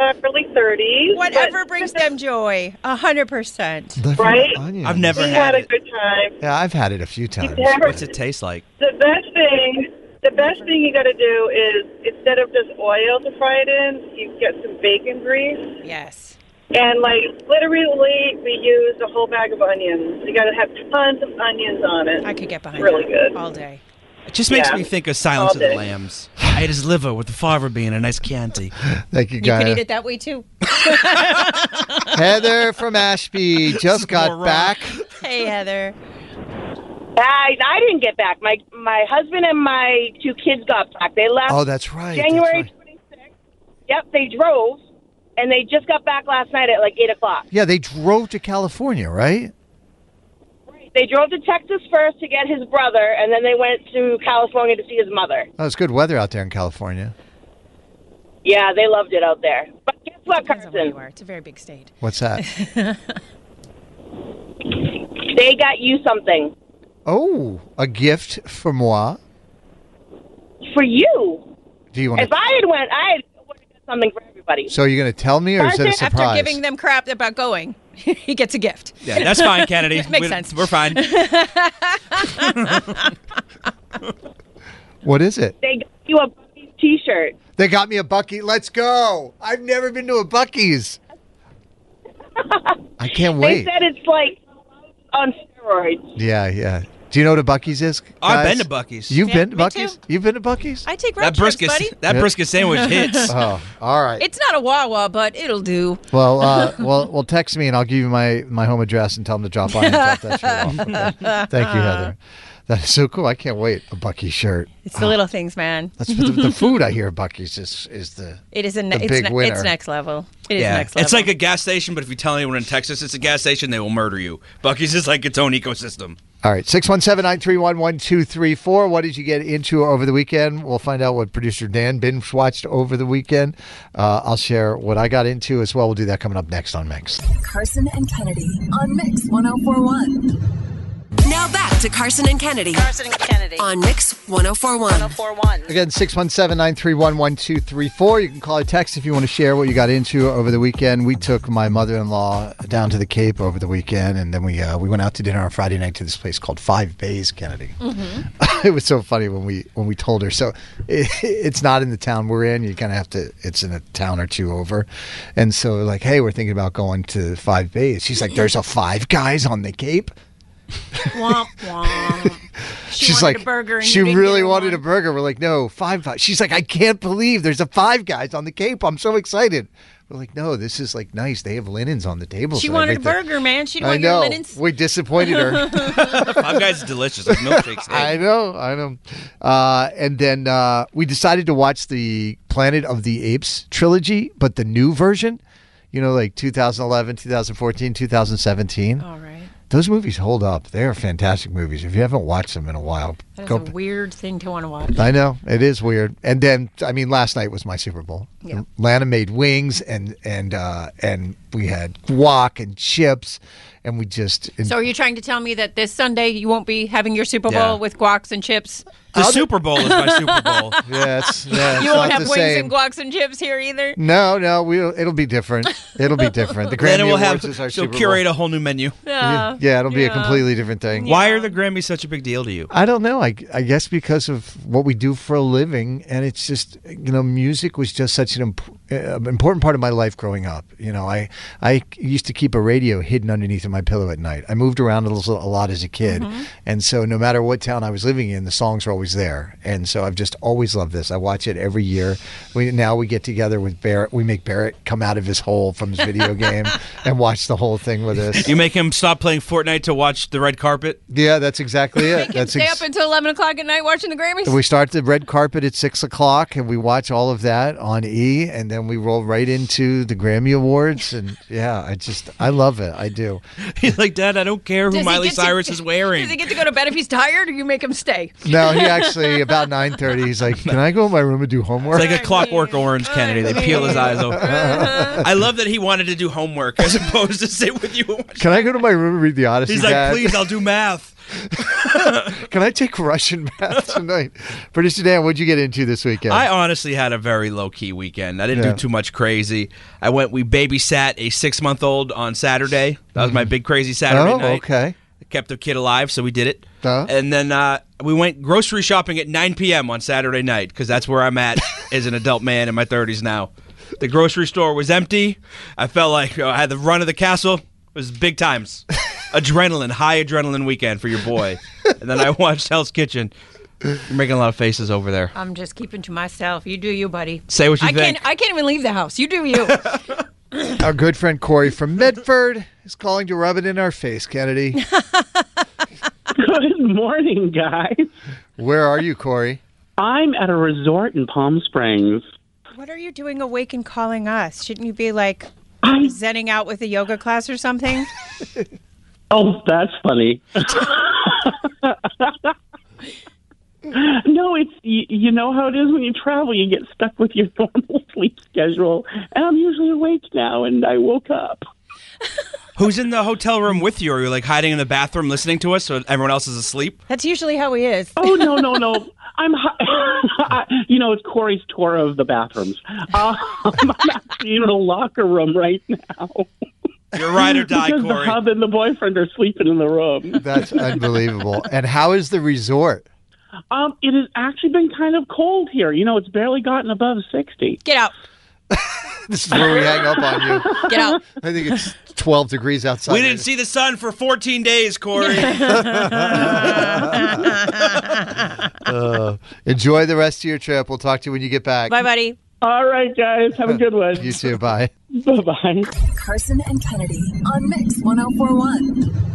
uh, early 30s. but- Whatever brings them joy, a hundred percent. Liver Right? onions. I've never we had had a it. good time. Yeah, I've had it a few times. never- What's it taste like? The best thing, the best thing you got to do is instead of just oil to fry it in, you get some bacon grease. Yes. And like literally, we used a whole bag of onions. You got to have tons of onions on it. I could get behind really that good all day. [LAUGHS] [LAUGHS] It just makes Yeah. me think of Silence All of the day. Lambs. I ate his liver with the fava bean and a nice Chianti. Thank you, You could guys. eat it [LAUGHS] that way too. Heather from [LAUGHS] Ashby just got moron. back. hey, Heather. I, I didn't get back. My my husband and my two kids got back. They left. Oh, that's right, that's January 26th. Yep, they drove, and they just got back last night at like eight o'clock. Yeah, they drove to California, right? They drove to Texas first to get his brother, and then they went to California to see his mother. Oh, it's good weather out there in California. Yeah, they loved it out there. But guess what, Carson? It's a very big state. What's [LAUGHS] that? They got you something oh, a gift for moi. for you. Do you want If to? I had went, I would have got something for everybody. So you're going to tell me, or is it a After surprise? giving them crap about going, [LAUGHS] he gets a gift. [LAUGHS] Yeah, that's fine, Kennedy. [LAUGHS] Makes We're- sense. we're fine. [LAUGHS] what is it? They got you a Bucky's T-shirt. They got me a Bucky. Let's go. I've never been to a Bucky's. I can't wait. They said it's like on steroids. yeah, yeah. Do you know what a Bucky's is? I've guys? been to Bucky's. You've Yeah, been to me Bucky's? You've been to Bucky's? I take road That trips, brisket, buddy. that Yeah. brisket sandwich [LAUGHS] hits. [LAUGHS] Oh, all right. It's not a Wawa, but it'll do. Well, [LAUGHS] uh, [LAUGHS] well, well. Text me and I'll give you my, my home address and tell them to drop by and drop that shirt off. Okay. [LAUGHS] Thank you, Heather. That is so cool. I can't wait. A Bucky shirt. Uh-huh. It's the little things, man. [LAUGHS] That's the, the food I hear. Bucky's is is the [LAUGHS] It is a the ne- it's, big ne- winner. it's next level. It is yeah, next level. it's like a gas station, but if you tell anyone in Texas it's a gas station, they will murder you. Bucky's is like its own ecosystem. All right, 617-931-1234. What did you get into over the weekend? We'll find out what producer Dan binge watched over the weekend. Uh, I'll share what I got into as well. We'll do that coming up next on Mix. Carson and Kennedy on Mix 1041. Now back to Carson and Kennedy. Carson and Kennedy. On Mix 1041. 1041. Again, 617-931-1234. You can call or text if you want to share what you got into over the weekend. We took my mother-in-law down to the Cape over the weekend, and then we uh, we went out to dinner on Friday night to this place called Five Bays, Kennedy. [LAUGHS] it was so funny when we when we told her. So [LAUGHS] it, it's not in the town we're in. You kind of have to. It's in a town or two over, and so we're like, hey, we're thinking about going to Five Bays. She's like, there's a Five Guys on the Cape. womp womp. She She's wanted like, a burger. And she you didn't really get one. wanted a burger. We're like, no, five guys. She's like, I can't believe there's a five guys on the Cape. I'm so excited. We're like, no, this is like nice. They have linens on the tables. She and wanted a everything." burger, man. She didn't I want know. your linens. We disappointed [LAUGHS] her. Five Guys is delicious. [LAUGHS] Those milkshakes. I know, I know. Uh, and then uh, we decided to watch the Planet of the Apes trilogy, but the new version, you know, like 2011, 2014, 2017. All right. Those movies hold up. They are fantastic movies. If you haven't watched them in a while, That is go. a weird thing to want to watch. I know it is weird. And then, I mean, last night was my Super Bowl. Yeah. Atlanta made wings, and and uh, and we had guac and chips, and we just. So are you trying to tell me that this Sunday you won't be having your Super Yeah. Bowl with guacs and chips? The Super Bowl is my [LAUGHS] [LAUGHS] Super Bowl. yeah, it's, yeah, it's you won't not have the wings same. and guacs and chips here either. No, no, we will it'll be different. It'll be [LAUGHS] different. The Then Grammy it will Awards have. is our She'll Super curate Bowl. a whole new menu. Yeah, yeah, it'll be a completely different thing. Why are the Grammys such a big deal to you? I don't know. I, I guess because of what we do for a living, and it's just you know, music was just such an imp- uh, important part of my life growing up. You know, I I used to keep a radio hidden underneath my pillow at night. I moved around a, little, a lot as a kid, Mm-hmm. and so no matter what town I was living in, the songs were always there. And so I've just always loved this. I watch it every year. We now we get together with Barrett. We make Barrett come out of his hole from his [LAUGHS] video game and watch the whole thing with us. You make him stop playing Fortnite to watch the red carpet. [LAUGHS] Yeah, that's exactly it. That's Stay ex- up until eleven o'clock at night watching the Grammys. We start the red carpet at six o'clock, and we watch all of that on E, and then we roll right into the Grammy Awards. And yeah, I just I love it. I do. He's like, Dad, I don't care who Does he Miley get to- [LAUGHS] Cyrus is Does he wearing. get to go to bed if he's tired, or you make him stay? No, he actually about nine thirty. He's like, "Can I go in my room and do homework?" It's like a clockwork orange, Kennedy. They peel his eyes open. I love that he wanted to do homework as opposed to sit with you. Can I go to my room and read the Odyssey? He's like, Dad?" please, I'll do math. [LAUGHS] Can I take Russian math tonight? Producer Dan, what'd you get into this weekend? I honestly had a very low key weekend. I didn't Yeah. do too much crazy. I went. We babysat a six month old on Saturday. That was my big crazy Saturday oh, night. okay. I kept the kid alive, so we did it. Huh? And then uh, we went grocery shopping at 9 p.m. on Saturday night because that's where I'm at as an adult man in my 30s now. The grocery store was empty. I felt like uh, I had the run of the castle. It was big times. adrenaline, high adrenaline weekend for your boy. and then I watched Hell's Kitchen. You're making a lot of faces over there. I'm just keeping to myself. You do you, buddy. Say what you I think. Can't, I can't even leave the house. You do [LAUGHS] you. Our good friend Corey from Medford is calling to rub it in our face, Kennedy. Good morning, guys. Where are you, Corey? I'm at a resort in Palm Springs. what are you doing awake and calling us? Shouldn't you be like zenning out with a yoga class or [LAUGHS] something? Oh, that's funny. [LAUGHS] no, it's you, you know how it is when you travel. You get stuck with your [LAUGHS] normal sleep schedule, and I'm usually awake now. And I woke up. Who's in the hotel room with you? Are you like hiding in the bathroom listening to us so everyone else is asleep? That's usually how he is. Oh no, no, [LAUGHS] no! I'm, hi- [LAUGHS] you know, it's Corey's tour of the bathrooms. Um, I'm actually in a locker room right now. You're right or die, because Corey. The hub and the boyfriend are sleeping in the room. That's unbelievable. And how is the resort? Um, it has actually been kind of cold here. You know, it's barely gotten above sixty. Get out. This is where we hang up on you. Get out. I think it's 12 degrees outside. we didn't see the sun for 14 days, Corey. Uh, enjoy the rest of your trip. We'll talk to you when you get back. Bye, buddy. All right, guys. Have a good one. You too. Bye. Bye bye. Carson and Kennedy on Mix 1041.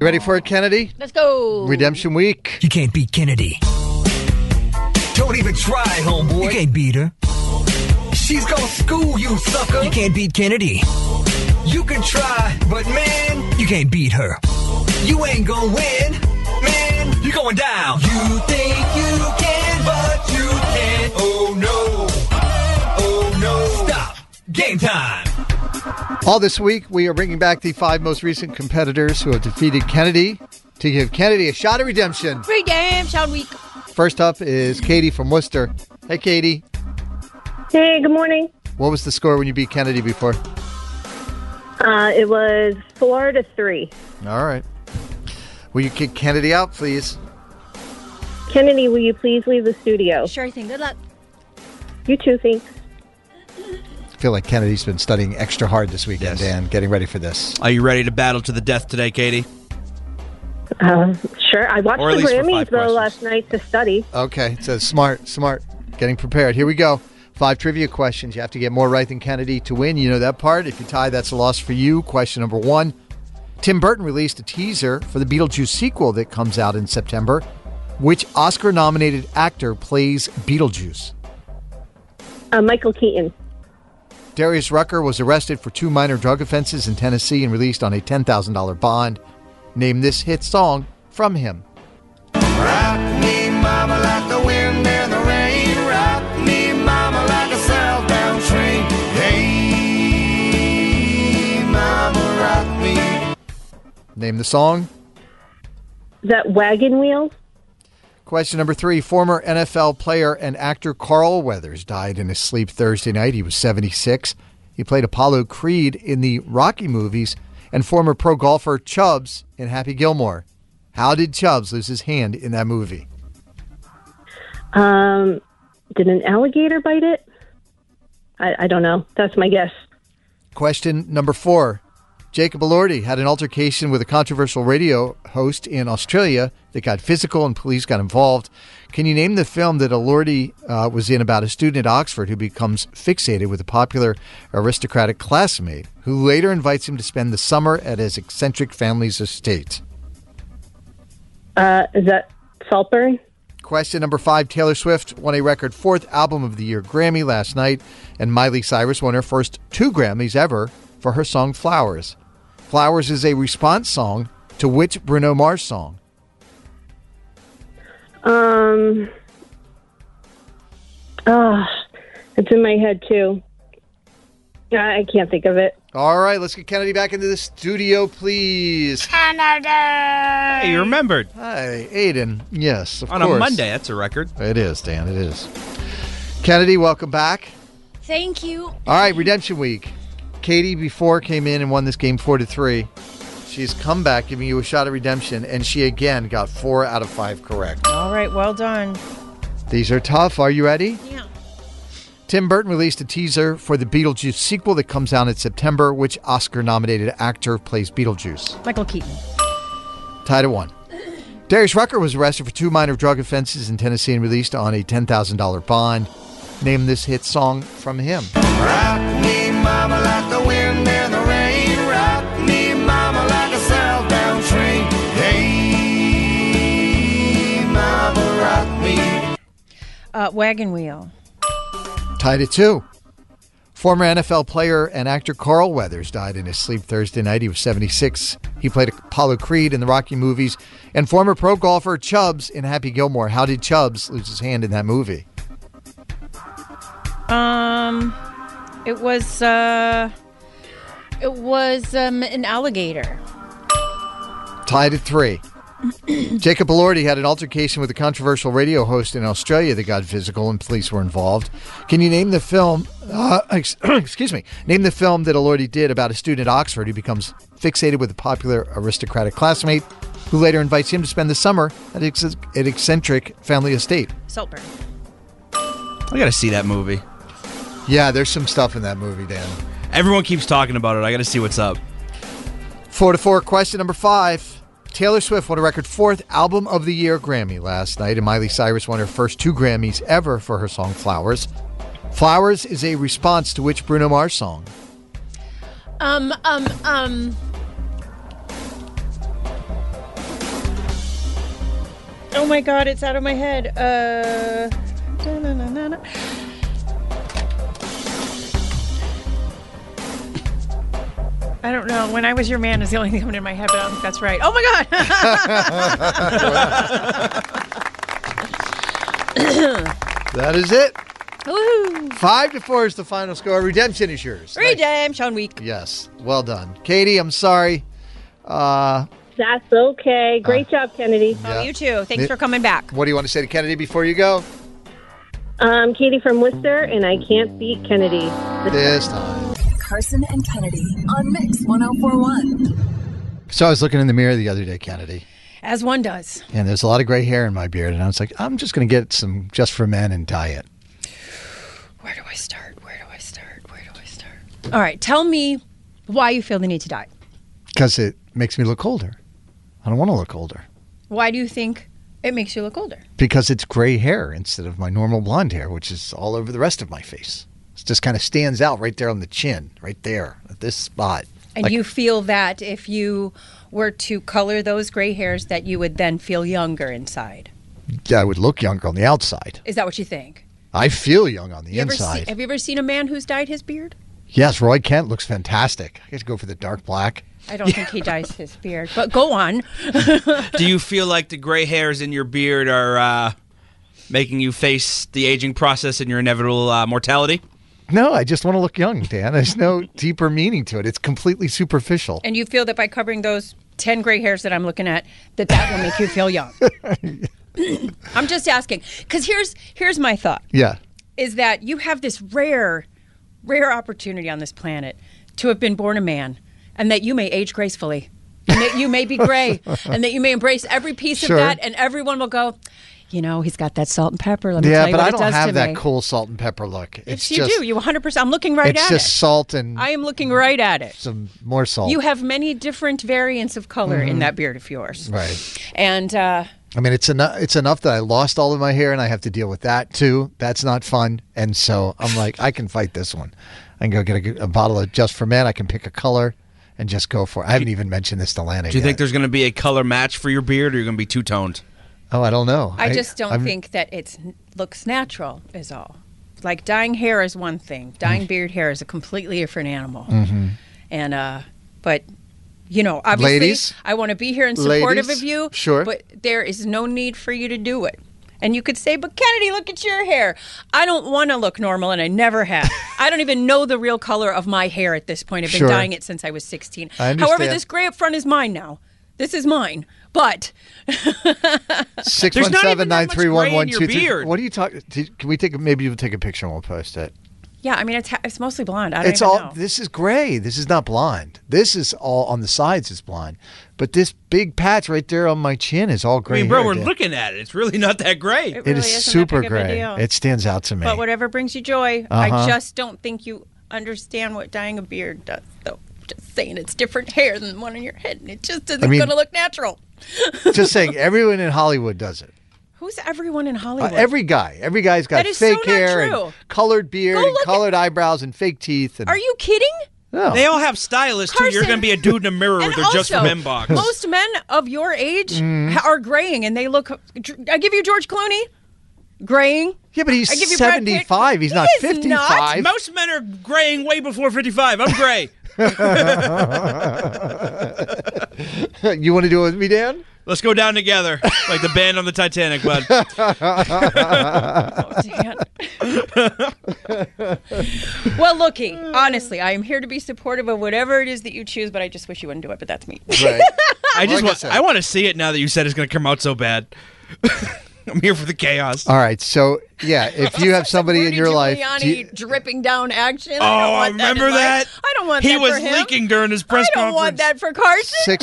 You ready for it, Kennedy? Let's go. Redemption week. You can't beat Kennedy. Don't even try, homeboy. You can't beat her. She's gonna school you, sucker. You can't beat Kennedy. You can try, but man, you can't beat her. You ain't gonna win, man. You're going down. You think you can, but you can't. Oh no. Oh no. Stop. Game time. All this week, we are bringing back the five most recent competitors who have defeated Kennedy to give Kennedy a shot at redemption. Redemption week. First up is Katie from Worcester. Hey, Katie. Hey, good morning. What was the score when you beat Kennedy before? Uh, it was four to three. All right. Will you kick Kennedy out, please? Kennedy, will you please leave the studio? Sure thing. Good luck. You too, thanks. I feel like Kennedy's been studying extra hard this weekend, Dan, getting ready for this. Are you ready to battle to the death today, Katie? Um, sure. I watched Or at the least for Grammys five though last night to study. Okay, so smart, smart, getting prepared. Here we go. Five trivia questions. You have to get more right than Kennedy to win. You know that part. If you tie, that's a loss for you. Question number one Tim Burton released a teaser for the Beetlejuice sequel that comes out in September. Which Oscar nominated actor plays Beetlejuice? Uh, Michael Keaton. Darius Rucker was arrested for two minor drug offenses in Tennessee and released on a $10,000 bond. Name this hit song from him. me, mama, like the wind and the rain. Rock me, mama, like a southbound train. Hey, mama, rock me. Name the song. That wagon wheel. Question number three. Former NFL player and actor Carl Weathers died in his sleep Thursday night. He was 76. He played Apollo Creed in the Rocky movies and former pro golfer Chubbs in Happy Gilmore. How did Chubbs lose his hand in that movie? Um, did an alligator bite it? I, I don't know. That's my guess. Question number four. Jacob Elordi had an altercation with a controversial radio host in Australia that got physical and police got involved. Can you name the film that Elordi uh, was in about a student at Oxford who becomes fixated with a popular aristocratic classmate who later invites him to spend the summer at his eccentric family's estate? Uh, is that Saltburn? Question number five Taylor Swift won a record fourth Album of the Year Grammy last night, and Miley Cyrus won her first two Grammys ever for her song Flowers. Flowers is a response song to which Bruno Mars song? Um, oh, it's in my head too. I I can't think of it. All right, let's get Kennedy back into the studio, please. Hey, you remembered. Hi, Aiden. Yes, of On course. a Monday, that's a record. It is, Dan. It is. Kennedy, welcome back. Thank you. All right, Redemption Week. Katie before came in and won this game four to three. She's come back, giving you a shot at redemption, and she again got four out of five correct. All right, well done. These are tough. Are you ready? Yeah. Tim Burton released a teaser for the Beetlejuice sequel that comes out in September. Which Oscar-nominated actor plays Beetlejuice? Michael Keaton. Tied at one. Darius Rucker was arrested for two minor drug offenses in Tennessee and released on a $10,000 bond. Name this hit song from him. Me, mama, like the wind and the rain. Rock me, mama, like a southbound train. Hey, mama, rock me. Uh, wagon wheel. Tied at two. Former NFL player and actor Carl Weathers died in his sleep Thursday night. He was 76. He played Apollo Creed in the Rocky movies and former pro golfer Chubbs in Happy Gilmore. How did Chubbs lose his hand in that movie? Um, it was uh, it was um an alligator. Tied at three. [CLEARS THROAT] Jacob Elordi had an altercation with a controversial radio host in Australia that got physical and police were involved. Can you name the film? Uh, ex- [CLEARS THROAT] excuse me. Name the film that Elordi did about a student at Oxford who becomes fixated with a popular aristocratic classmate who later invites him to spend the summer at ex- an eccentric family estate. Saltburn. I got to see that movie. Yeah, there's some stuff in that movie, Dan. Everyone keeps talking about it. I got to see what's up. Four to four. Question number five. Taylor Swift won a record fourth Album of the Year Grammy last night, and Miley Cyrus won her first two Grammys ever for her song Flowers. Flowers is a response to which Bruno Mars song? Um, um, um. Oh my God, it's out of my head. Uh, da-na-na-na-na. I don't know. When I was your man is the only thing coming in my head, but I don't think that's right. Oh [LAUGHS] my That is it. God! Woo! Five to four is the final score. Redemption is yours. Redemption week. Yes. Well done. Katie, I'm sorry. Uh, That's okay. Great job, Kennedy. yeah. Oh, You too. Thanks Yeah. for coming back. what do you want to say to Kennedy before you go? Um, Katie from Worcester, and I can't beat Kennedy. This time. Carson and Kennedy on Mix 1041. So I was looking in the mirror the other day, Kennedy, As one does. and there's a lot of gray hair in my beard, and I was like, I'm just going to get some just for men and dye it. Where do I start? Where do I start? Where do I start? All right, tell me why you feel the need to dye. because it makes me look older. I don't want to look older Why do you think it makes you look older? because it's gray hair instead of my normal blonde hair, which is all over the rest of my face. It just kind of stands out right there on the chin, right there at this spot. And Like- you feel that if you were to color those gray hairs, that you would then feel younger inside. I would look younger on the outside. Is that what you think? I feel young on the You ever see- inside. have you ever seen a man who's dyed his beard? yes, Roy Kent looks fantastic. I get to go for the dark black. I don't think [LAUGHS] he dyes his beard. But go on. Do you feel like the gray hairs in your beard are uh, making you face the aging process and your inevitable uh, mortality? No, I just want to look young, Dan. There's no [LAUGHS] deeper meaning to it. It's completely superficial. And you feel that by covering those 10 gray hairs that I'm looking at, that that will make you feel young. I'm just asking cuz here's here's my thought Yeah. is that you have this rare rare opportunity on this planet to have been born a man and that you may age gracefully. And that you may [LAUGHS] be gray and that you may embrace every piece Sure. of that and everyone will go, you know, he's got that salt and pepper. Let me yeah, tell you but what I it don't does have to that me. cool salt and pepper look. It's Yes, you just do. You 100%. I'm looking right it's at just it. salt and I am looking right at it. some more salt. Mm-hmm. You have many different variants of color in that beard of yours. right. And uh, I mean, it's enough. It's enough that I lost all of my hair, and I have to deal with that too. That's not fun. And so I'm like, I can fight this one. I can go get a, good- a bottle of Just for Men. I can pick a color and just go for it. I haven't even mentioned this to Lana. Do you yet. think there's going to be a color match for your beard, or you're going to be two toned? Oh, I don't know. I, just don't I'm- think that it looks natural, is all. Like dyeing hair is one thing, dyeing beard hair is a completely different animal. Mhm. And, uh, but, you know, obviously, Ladies? I want to be here and supportive Ladies? of you. Sure. But there is no need for you to do it. And you could say, but Kennedy, look at your hair. I don't want to look normal, and I never have. I don't even know the real color of my hair at this point. I've been Sure. dyeing it since I was 16. I However, understand. this gray up front is mine now. This is mine. But Six There's one not seven nine three one gray in one your two three. beard. What are you talking? Can we take? Maybe you'll take a picture and we'll post it. yeah, I mean, it's, ha- it's mostly blonde. I don't It's even all. know. This is gray. This is not blonde. This is all on the sides is blonde, but this big patch right there on my chin is all I gray. mean, bro, hair, we're Dan. looking at it. It's really not that gray. It is super gray. It stands out to me. But whatever brings you joy, I Uh-huh. just don't think you understand what dyeing a beard does, though. Just saying, it's different hair than the one on your head, and it just isn't mean- going to look natural. [LAUGHS] Just saying, everyone in Hollywood does it. Who's everyone in Uh, Hollywood? every guy, every guy's got That is so fake not hair, and true. colored beard, and colored eyebrows, and fake teeth. And Are you kidding? No. They all have stylists too. You're Carson- [LAUGHS] going to be a dude in a mirror with And their just from also, [LAUGHS] inbox. Most men of your age Mm-hmm. Mhm. ha- are graying, and they look. I give you George Clooney, graying. Yeah, but he's I give you Brad Pitt. 75. He's He not is not. 55. [LAUGHS] Most men are graying way before 55. I'm gray. [LAUGHS] you want to do it with me, Dan? Let's go down together, like the band on the Titanic, [LAUGHS] bud. Oh, [LAUGHS] [LAUGHS] Well, looky, honestly, I am here to be supportive of whatever it is that you choose, but I just wish you wouldn't do it. But that's me. I Like I just want, said. I, want to see it now that you said it's going to come out so bad. [LAUGHS] I'm here for the chaos. All right. So, yeah, if [LAUGHS] you have somebody in your life. Giuliani do you- dripping down action. Oh, I don't I want that in remember my- that. I don't want he that was for him. leaking during his press I don't want conference. that for Carson.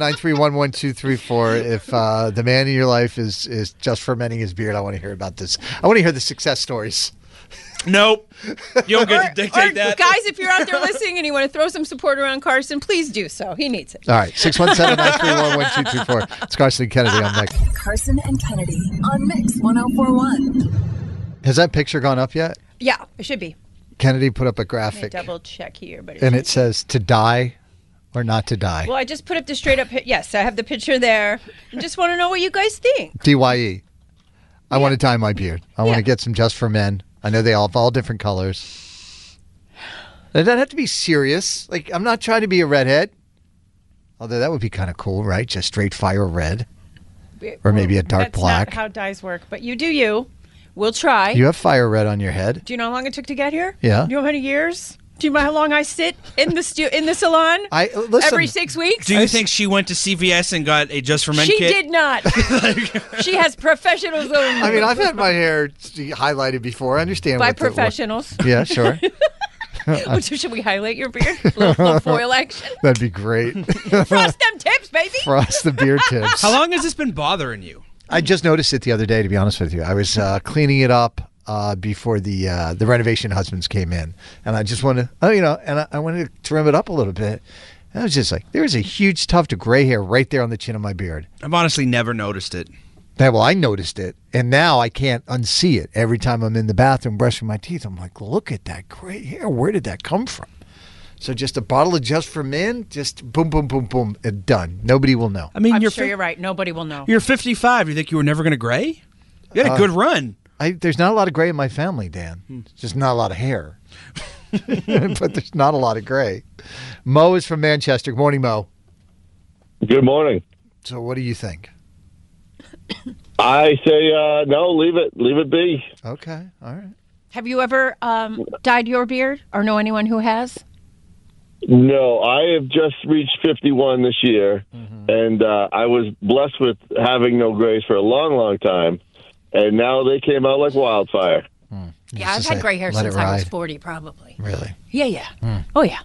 617-931-1234 if uh, the man in your life is is just fermenting his beard i want to hear about this i want to hear the success stories nope you don't get to Or, guys, if you're out there listening and you want to throw some support around Carson, please do so. He needs it. all right 617-931-1234 it's carson kennedy on next Carson and Kennedy on Mix 1041. has that picture gone up yet Yeah, it should be. kennedy put up a Let me graphic double check here, but it's and it says to die or not to die Well, I just put up the straight up. pi- Yes, I have the picture there. I just want to know what you guys think. dye E. i want to dye my beard i want to get some just for men i know they all have all different colors it doesn't have to be serious like i'm not trying to be a redhead although that would be kind of cool right just straight fire red Or maybe a dark That's black. Not how dyes work, but you do you. We'll try. you have fire red on your head Do you know how long it took to get here? Yeah. Do you know how many years? Do you know how long I sit in the stu- in the salon? I uh, every six weeks. Do you think she went to CVS and got a just for men she kit? did [LAUGHS] not? [LAUGHS] she has professionals only. i mean i've had my hair highlighted before i understand by what the- what- [LAUGHS] professionals. yeah sure [LAUGHS] Well, should we highlight your beard? Little, [LAUGHS] little foil action. that'd be [LAUGHS] great Frost them tips, baby. [LAUGHS] Frost the beard tips. How long has this been bothering you? I just noticed it the other day. To be honest with you, I was uh, cleaning it up uh, before the uh, the renovation husbands came in, and I just wanted, oh, you know, and I, I wanted to trim it up a little bit. And I was just like, there was a huge tuft of gray hair right there on the chin of my beard. I've honestly never noticed it. That well, I noticed it, and now I can't unsee it. Every time I'm in the bathroom brushing my teeth, I'm like, look at that gray hair. Where did that come from? So just a bottle of Just for Men, just boom, boom, boom, boom, and done. Nobody will know. I mean, I'm you're sure fi- you're right. Nobody will know. you're 55. You think you were never going to gray? You had a Uh, good run. Hmm. I, there's not a lot of gray in my family, Dan. Just not a lot of hair. [LAUGHS] but there's not a lot of gray. Mo is from Manchester. Good morning, Mo. Good morning. So, what do you think? I say uh, no. Leave it. Leave it be. Okay. All right. Have you ever um, dyed your beard or know anyone who has? No, I have just reached 51 this year, Mm-hmm. and uh, I was blessed with having no grays for a long, long time, and now they came out like wildfire. Hmm. Yeah, I've had gray hair let it since I was ride. 40, probably. Really? Yeah, yeah. Oh, yeah.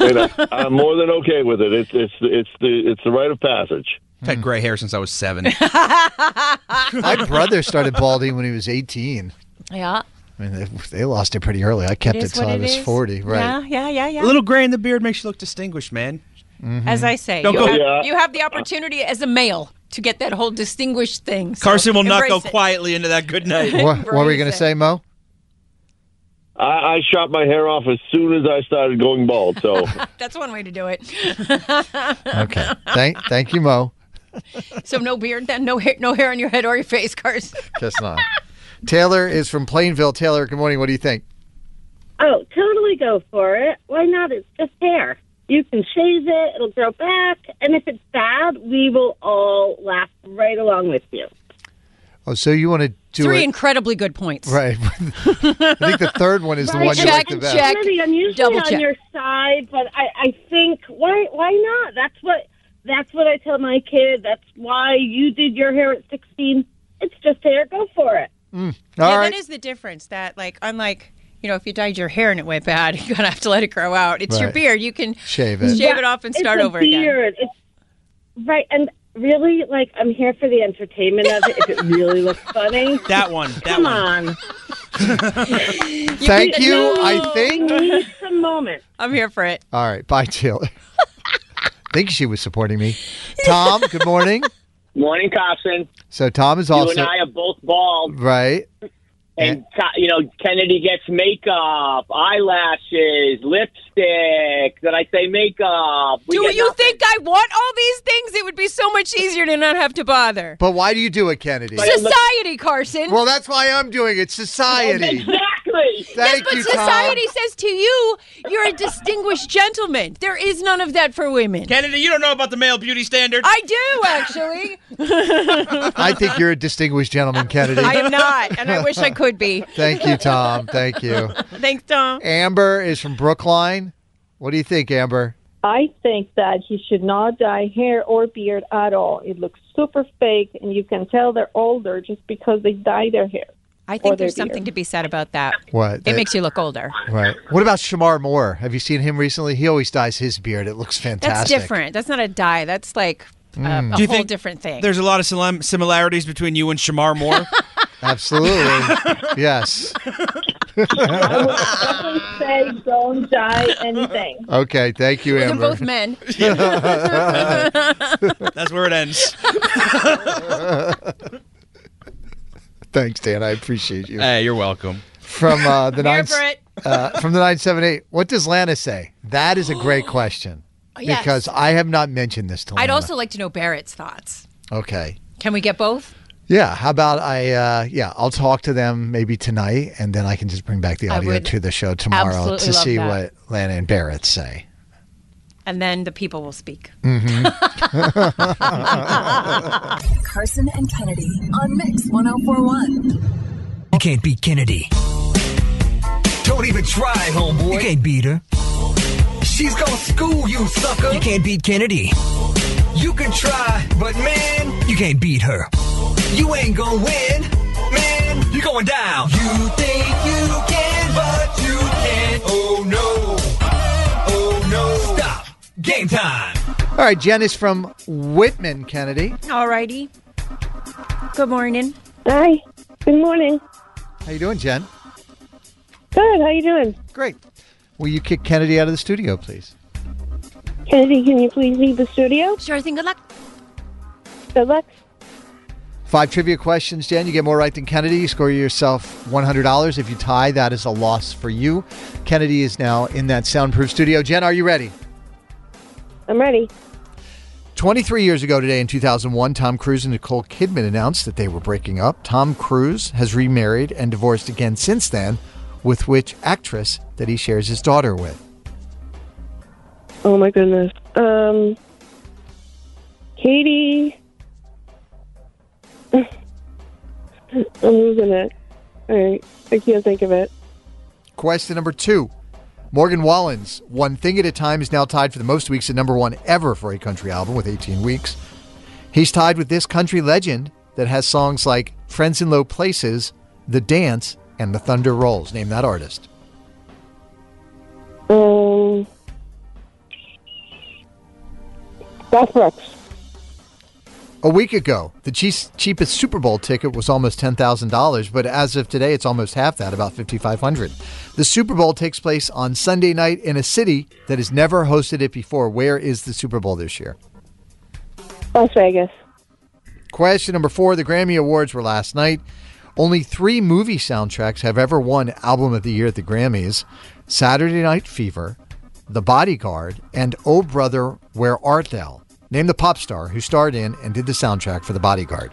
and I, I'm more than okay with it. It's it's it's the it's the rite of passage. I've had gray hair since I was seven. My brother started balding when he was 18. Yeah. I mean, they, they lost it pretty early. I kept It it, is till what I it was is. 40. Right. Yeah, yeah, [LAUGHS] yeah, yeah. A little gray in the beard makes you look distinguished, man. As I say, Don't you, go- have, Yeah. you have the opportunity as a male to get that whole distinguished thing. so Carson will not go embrace it. quietly into that good night. [LAUGHS] What, what were you going to say, Mo? I, I shot my hair off as soon as I started going [LAUGHS] bald. So [LAUGHS] That's one way to do it. Okay. thank, thank you, Mo. [LAUGHS] so no beard then, no hair, no hair on your head or your face, Carson. Guess not. Taylor is from Plainville. Taylor, good morning. What do you think? Oh, totally go for it. Why not? It's just hair. You can shave it, it'll grow back, and if it's bad, we will all laugh right along with you. Oh, so you want to do Three it? incredibly good points. [LAUGHS] right. I think the third one is the one you like the best. It's really unusually Double on check. your side, but I, I think why why not? That's what that's what I tell my kid. That's why you did your hair at sixteen. It's just hair. Go for it. Mm. yeah, All right. that is the difference. That like unlike you know if you dyed your hair and it went bad, [LAUGHS] you're gonna have to let it grow out. It's your Right. beard. You can shave it, shave it off and It's start a over again. beard. It's, right, and really, like I'm here for the entertainment of it. if it really looks funny, [LAUGHS] That one. That come one. [LAUGHS] on. Thank you. I think. need some moment. I'm here for it. All right. Bye, Taylor. [LAUGHS] I think she was supporting me. Tom, good morning. Morning, Carson. So Tom is you also and I are both bald, right. and Ca- you know Kennedy gets makeup, eyelashes, lipstick. Did I say makeup? We Do get you think I want all these things? It would be so much easier to not have to bother. But why do you do it, Kennedy? Society, Carson. Well, that's why I'm doing it. [LAUGHS] Society. Exactly. yes, Thank but you, Tom. society says to you, you're a distinguished gentleman. There is none of that for women. Kennedy, you don't know about the male beauty standard. I do actually. [LAUGHS] I think you're a distinguished gentleman, [LAUGHS] Kennedy. I am not, and I [LAUGHS] wish I could be. Thank you, Tom. Thank you. Thanks, Tom. Amber is from Brookline. What do you think, Amber? I think that he should not dye hair or beard at all. It looks super fake, and you can tell they're older just because they dye their hair. I or think their there's something to be said about that. What? It makes you look older. Right. What about Shamar Moore? Have you seen him recently? He always dyes his beard. It looks That's fantastic. different. That's not a dye. That's like a- Mm. Uh, a Do you whole think different thing. There's a lot of sim- similarities between you and Shamar Moore. [LAUGHS] Absolutely. yes. I say don't dye anything. Okay. Thank [LAUGHS] you, They're Amber. [LAUGHS] both men. [LAUGHS] [LAUGHS] That's where it ends. Thanks, Dan. I appreciate you. hey, you're welcome. [LAUGHS] From [LAUGHS] uh, the Here nine, for it. uh, from the nine seven eight. What does Lana say? That is a [GASPS] great question Yes. because I have not mentioned this to. I'd Lana. also like to know Barrett's thoughts. Okay. Can we get both? Yeah. How about I? Uh, yeah, I'll talk to them maybe tonight, and then I can just bring back the I audio would to the show tomorrow absolutely to love see that. what Lana and Barrett say. Mm-hmm. And then the people will speak. [LAUGHS] Carson and Kennedy on Mix 1041. You can't beat Kennedy. Don't even try, homeboy. You can't beat her. She's gonna school you, sucker. You can't beat Kennedy. You can try, but man, you can't beat her. You ain't gonna win, man. You're going down. You think you can, but you can't. Oh no. Oh no. Stop. Game time. [LAUGHS] All right, Jen is from Whitman, Kennedy. All righty. Good morning. Hi. Good morning. How you doing, Jen? Good. How you doing? Great. Will you kick Kennedy out of the studio, please? Kennedy, can you please leave the studio? Sure thing. Good luck. Good luck. Five trivia questions, Jen. You get more right than Kennedy. You score yourself $100. If you tie, that is a loss for you. Kennedy is now in that soundproof studio. Jen, are you ready? I'm ready. 23 years ago today in 2001, Tom Cruise and Nicole Kidman announced that they were breaking up. Tom Cruise has remarried and divorced again since then. with which actress that he shares his daughter with? Oh my goodness. Um, Katie. [LAUGHS] I'm losing it. All right. I can't think of it. Question number two. Morgan Wallen's One Thing at a Time is now tied for the most weeks at number one ever for a country album with 18 weeks. He's tied with this country legend that has songs like Friends in Low Places, The Dance, and The Thunder Rolls. Name that artist. Um, Garth Brooks. A week ago, the cheas- cheapest Super Bowl ticket was almost $10,000, but as of today, it's almost half that, about 5500 The Super Bowl takes place on Sunday night in a city that has never hosted it before. Where is the Super Bowl this year? Las Vegas. Question number four The Grammy Awards were last night. Only three movie soundtracks have ever won Album of the Year at the Grammys Saturday Night Fever, The Bodyguard, and Oh Brother, Where Art Thou? Name the pop star who starred in and did the soundtrack for The Bodyguard.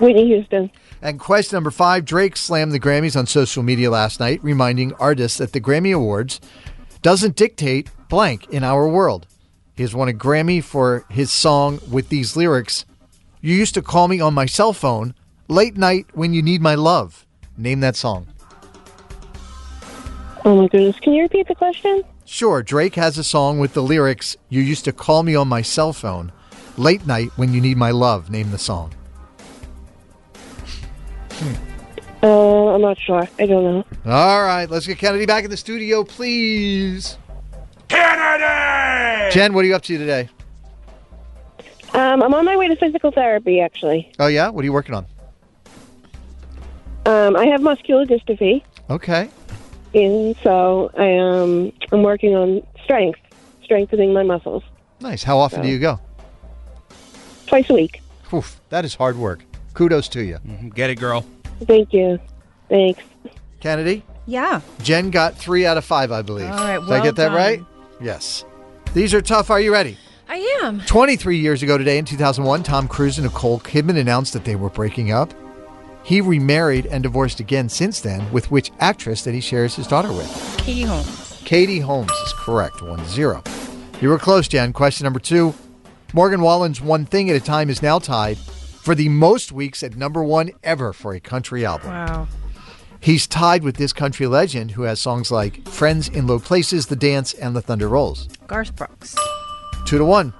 Whitney Houston. And question number five Drake slammed the Grammys on social media last night, reminding artists that the Grammy Awards doesn't dictate blank in our world. He has won a Grammy for his song with these lyrics You used to call me on my cell phone late night when you need my love. Name that song. Oh my goodness. Can you repeat the question? Sure, Drake has a song with the lyrics You used to call me on my cell phone late night when you need my love. Name the song. Hmm. Uh, I'm not sure. I don't know. All right, let's get Kennedy back in the studio, please. Kennedy! Jen, what are you up to today? Um, I'm on my way to physical therapy, actually. Oh, yeah? What are you working on? Um, I have muscular dystrophy, Okay. and so I, um, I'm working on strength, strengthening my muscles Nice. How often do you go? twice a week. Oof, that is hard work. Kudos to you. Get it, girl. Thank you. Thanks. Kennedy? Yeah. Jen got three out of five, I believe. All right, Did I well get that done. right? Yes. These are tough. Are you ready? I am. 23 years ago today in 2001, Tom Cruise and Nicole Kidman announced that they were breaking up. He remarried and divorced again since then, with which actress that he shares his daughter with? Katie Holmes. Katie Holmes is correct, 1 0. You were close, Jen. Question number two Morgan Wallen's One Thing at a Time is now tied for the most weeks at number one ever for a country album. Wow. He's tied with this country legend who has songs like Friends in Low Places, The Dance, and The Thunder Rolls. Garth Brooks. Two to one.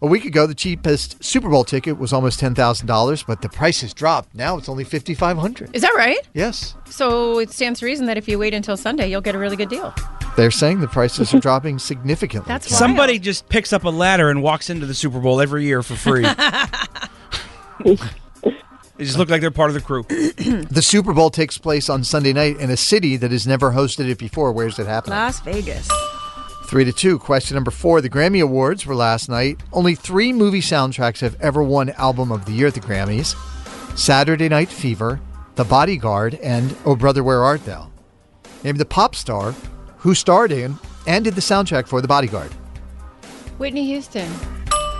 A week ago, the cheapest Super Bowl ticket was almost ten thousand dollars, but the price has dropped. Now it's only fifty five hundred. Is that right? Yes, So it stands to reason that if you wait until Sunday, you'll get a really good deal. they're saying the prices are [LAUGHS] dropping significantly. That's wild. Somebody just picks up a ladder and walks into the Super Bowl every year [LAUGHS] for free. they just look like they're part of the crew. the Super Bowl takes place on Sunday night in a city that has never hosted it before. Where's it happening? Las Vegas. Three to two. Question number four. The Grammy Awards were last night. Only three movie soundtracks have ever won Album of the Year at the Grammys Saturday Night Fever, The Bodyguard, and Oh Brother, Where Art Thou? Named the pop star who starred in and did the soundtrack for The Bodyguard. Whitney Houston.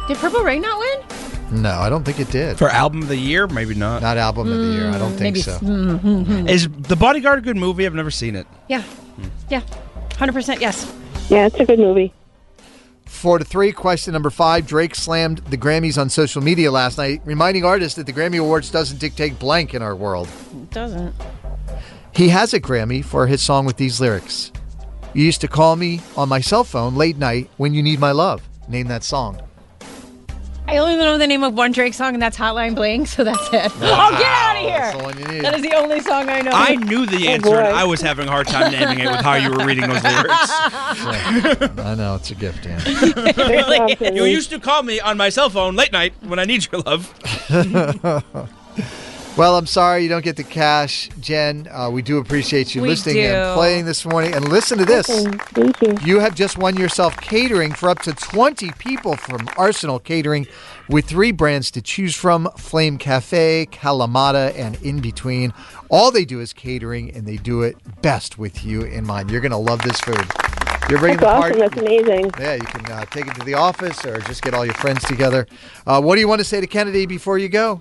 Did Purple Rain not win? No, I don't think it did. For album of the year, maybe not. Not album of the year. I don't think Maybe. so. Mm, mm, mm. Is The Bodyguard a good movie? I've never seen it. Yeah. Yeah. 100% yes. Yeah, it's a good movie. Four to three. Question number five. Drake slammed the Grammys on social media last night, reminding artists that the Grammy Awards doesn't dictate blank in our world. It doesn't. He has a Grammy for his song with these lyrics. You used to call me on my cell phone late night when you need my love. Name that song. I only know the name of one Drake song, and that's Hotline Bling, so that's it. Oh, Ah, get out of here! That's the one you need. That is the only song I know. I knew the answer, and I was having a hard time naming it with how you were reading those [LAUGHS] lyrics. I know it's a gift, [LAUGHS] Dan. you used to call me on my cell phone late night when I need your love. [LAUGHS] well, I'm sorry you don't get the cash, Jen. Uh, we do appreciate you We listening do. and playing this morning. And listen to this. Thank you. You have just won yourself catering for up to 20 people from Arsenal Catering with three brands to choose from Flame Cafe, Kalamata, and In Between. All they do is catering and they do it best with you in mind. You're going to love this food. You're bringing That's the awesome. party. That's amazing. Yeah, you can uh, take it to the office or just get all your friends together. Uh, what do you want to say to Kennedy before you go?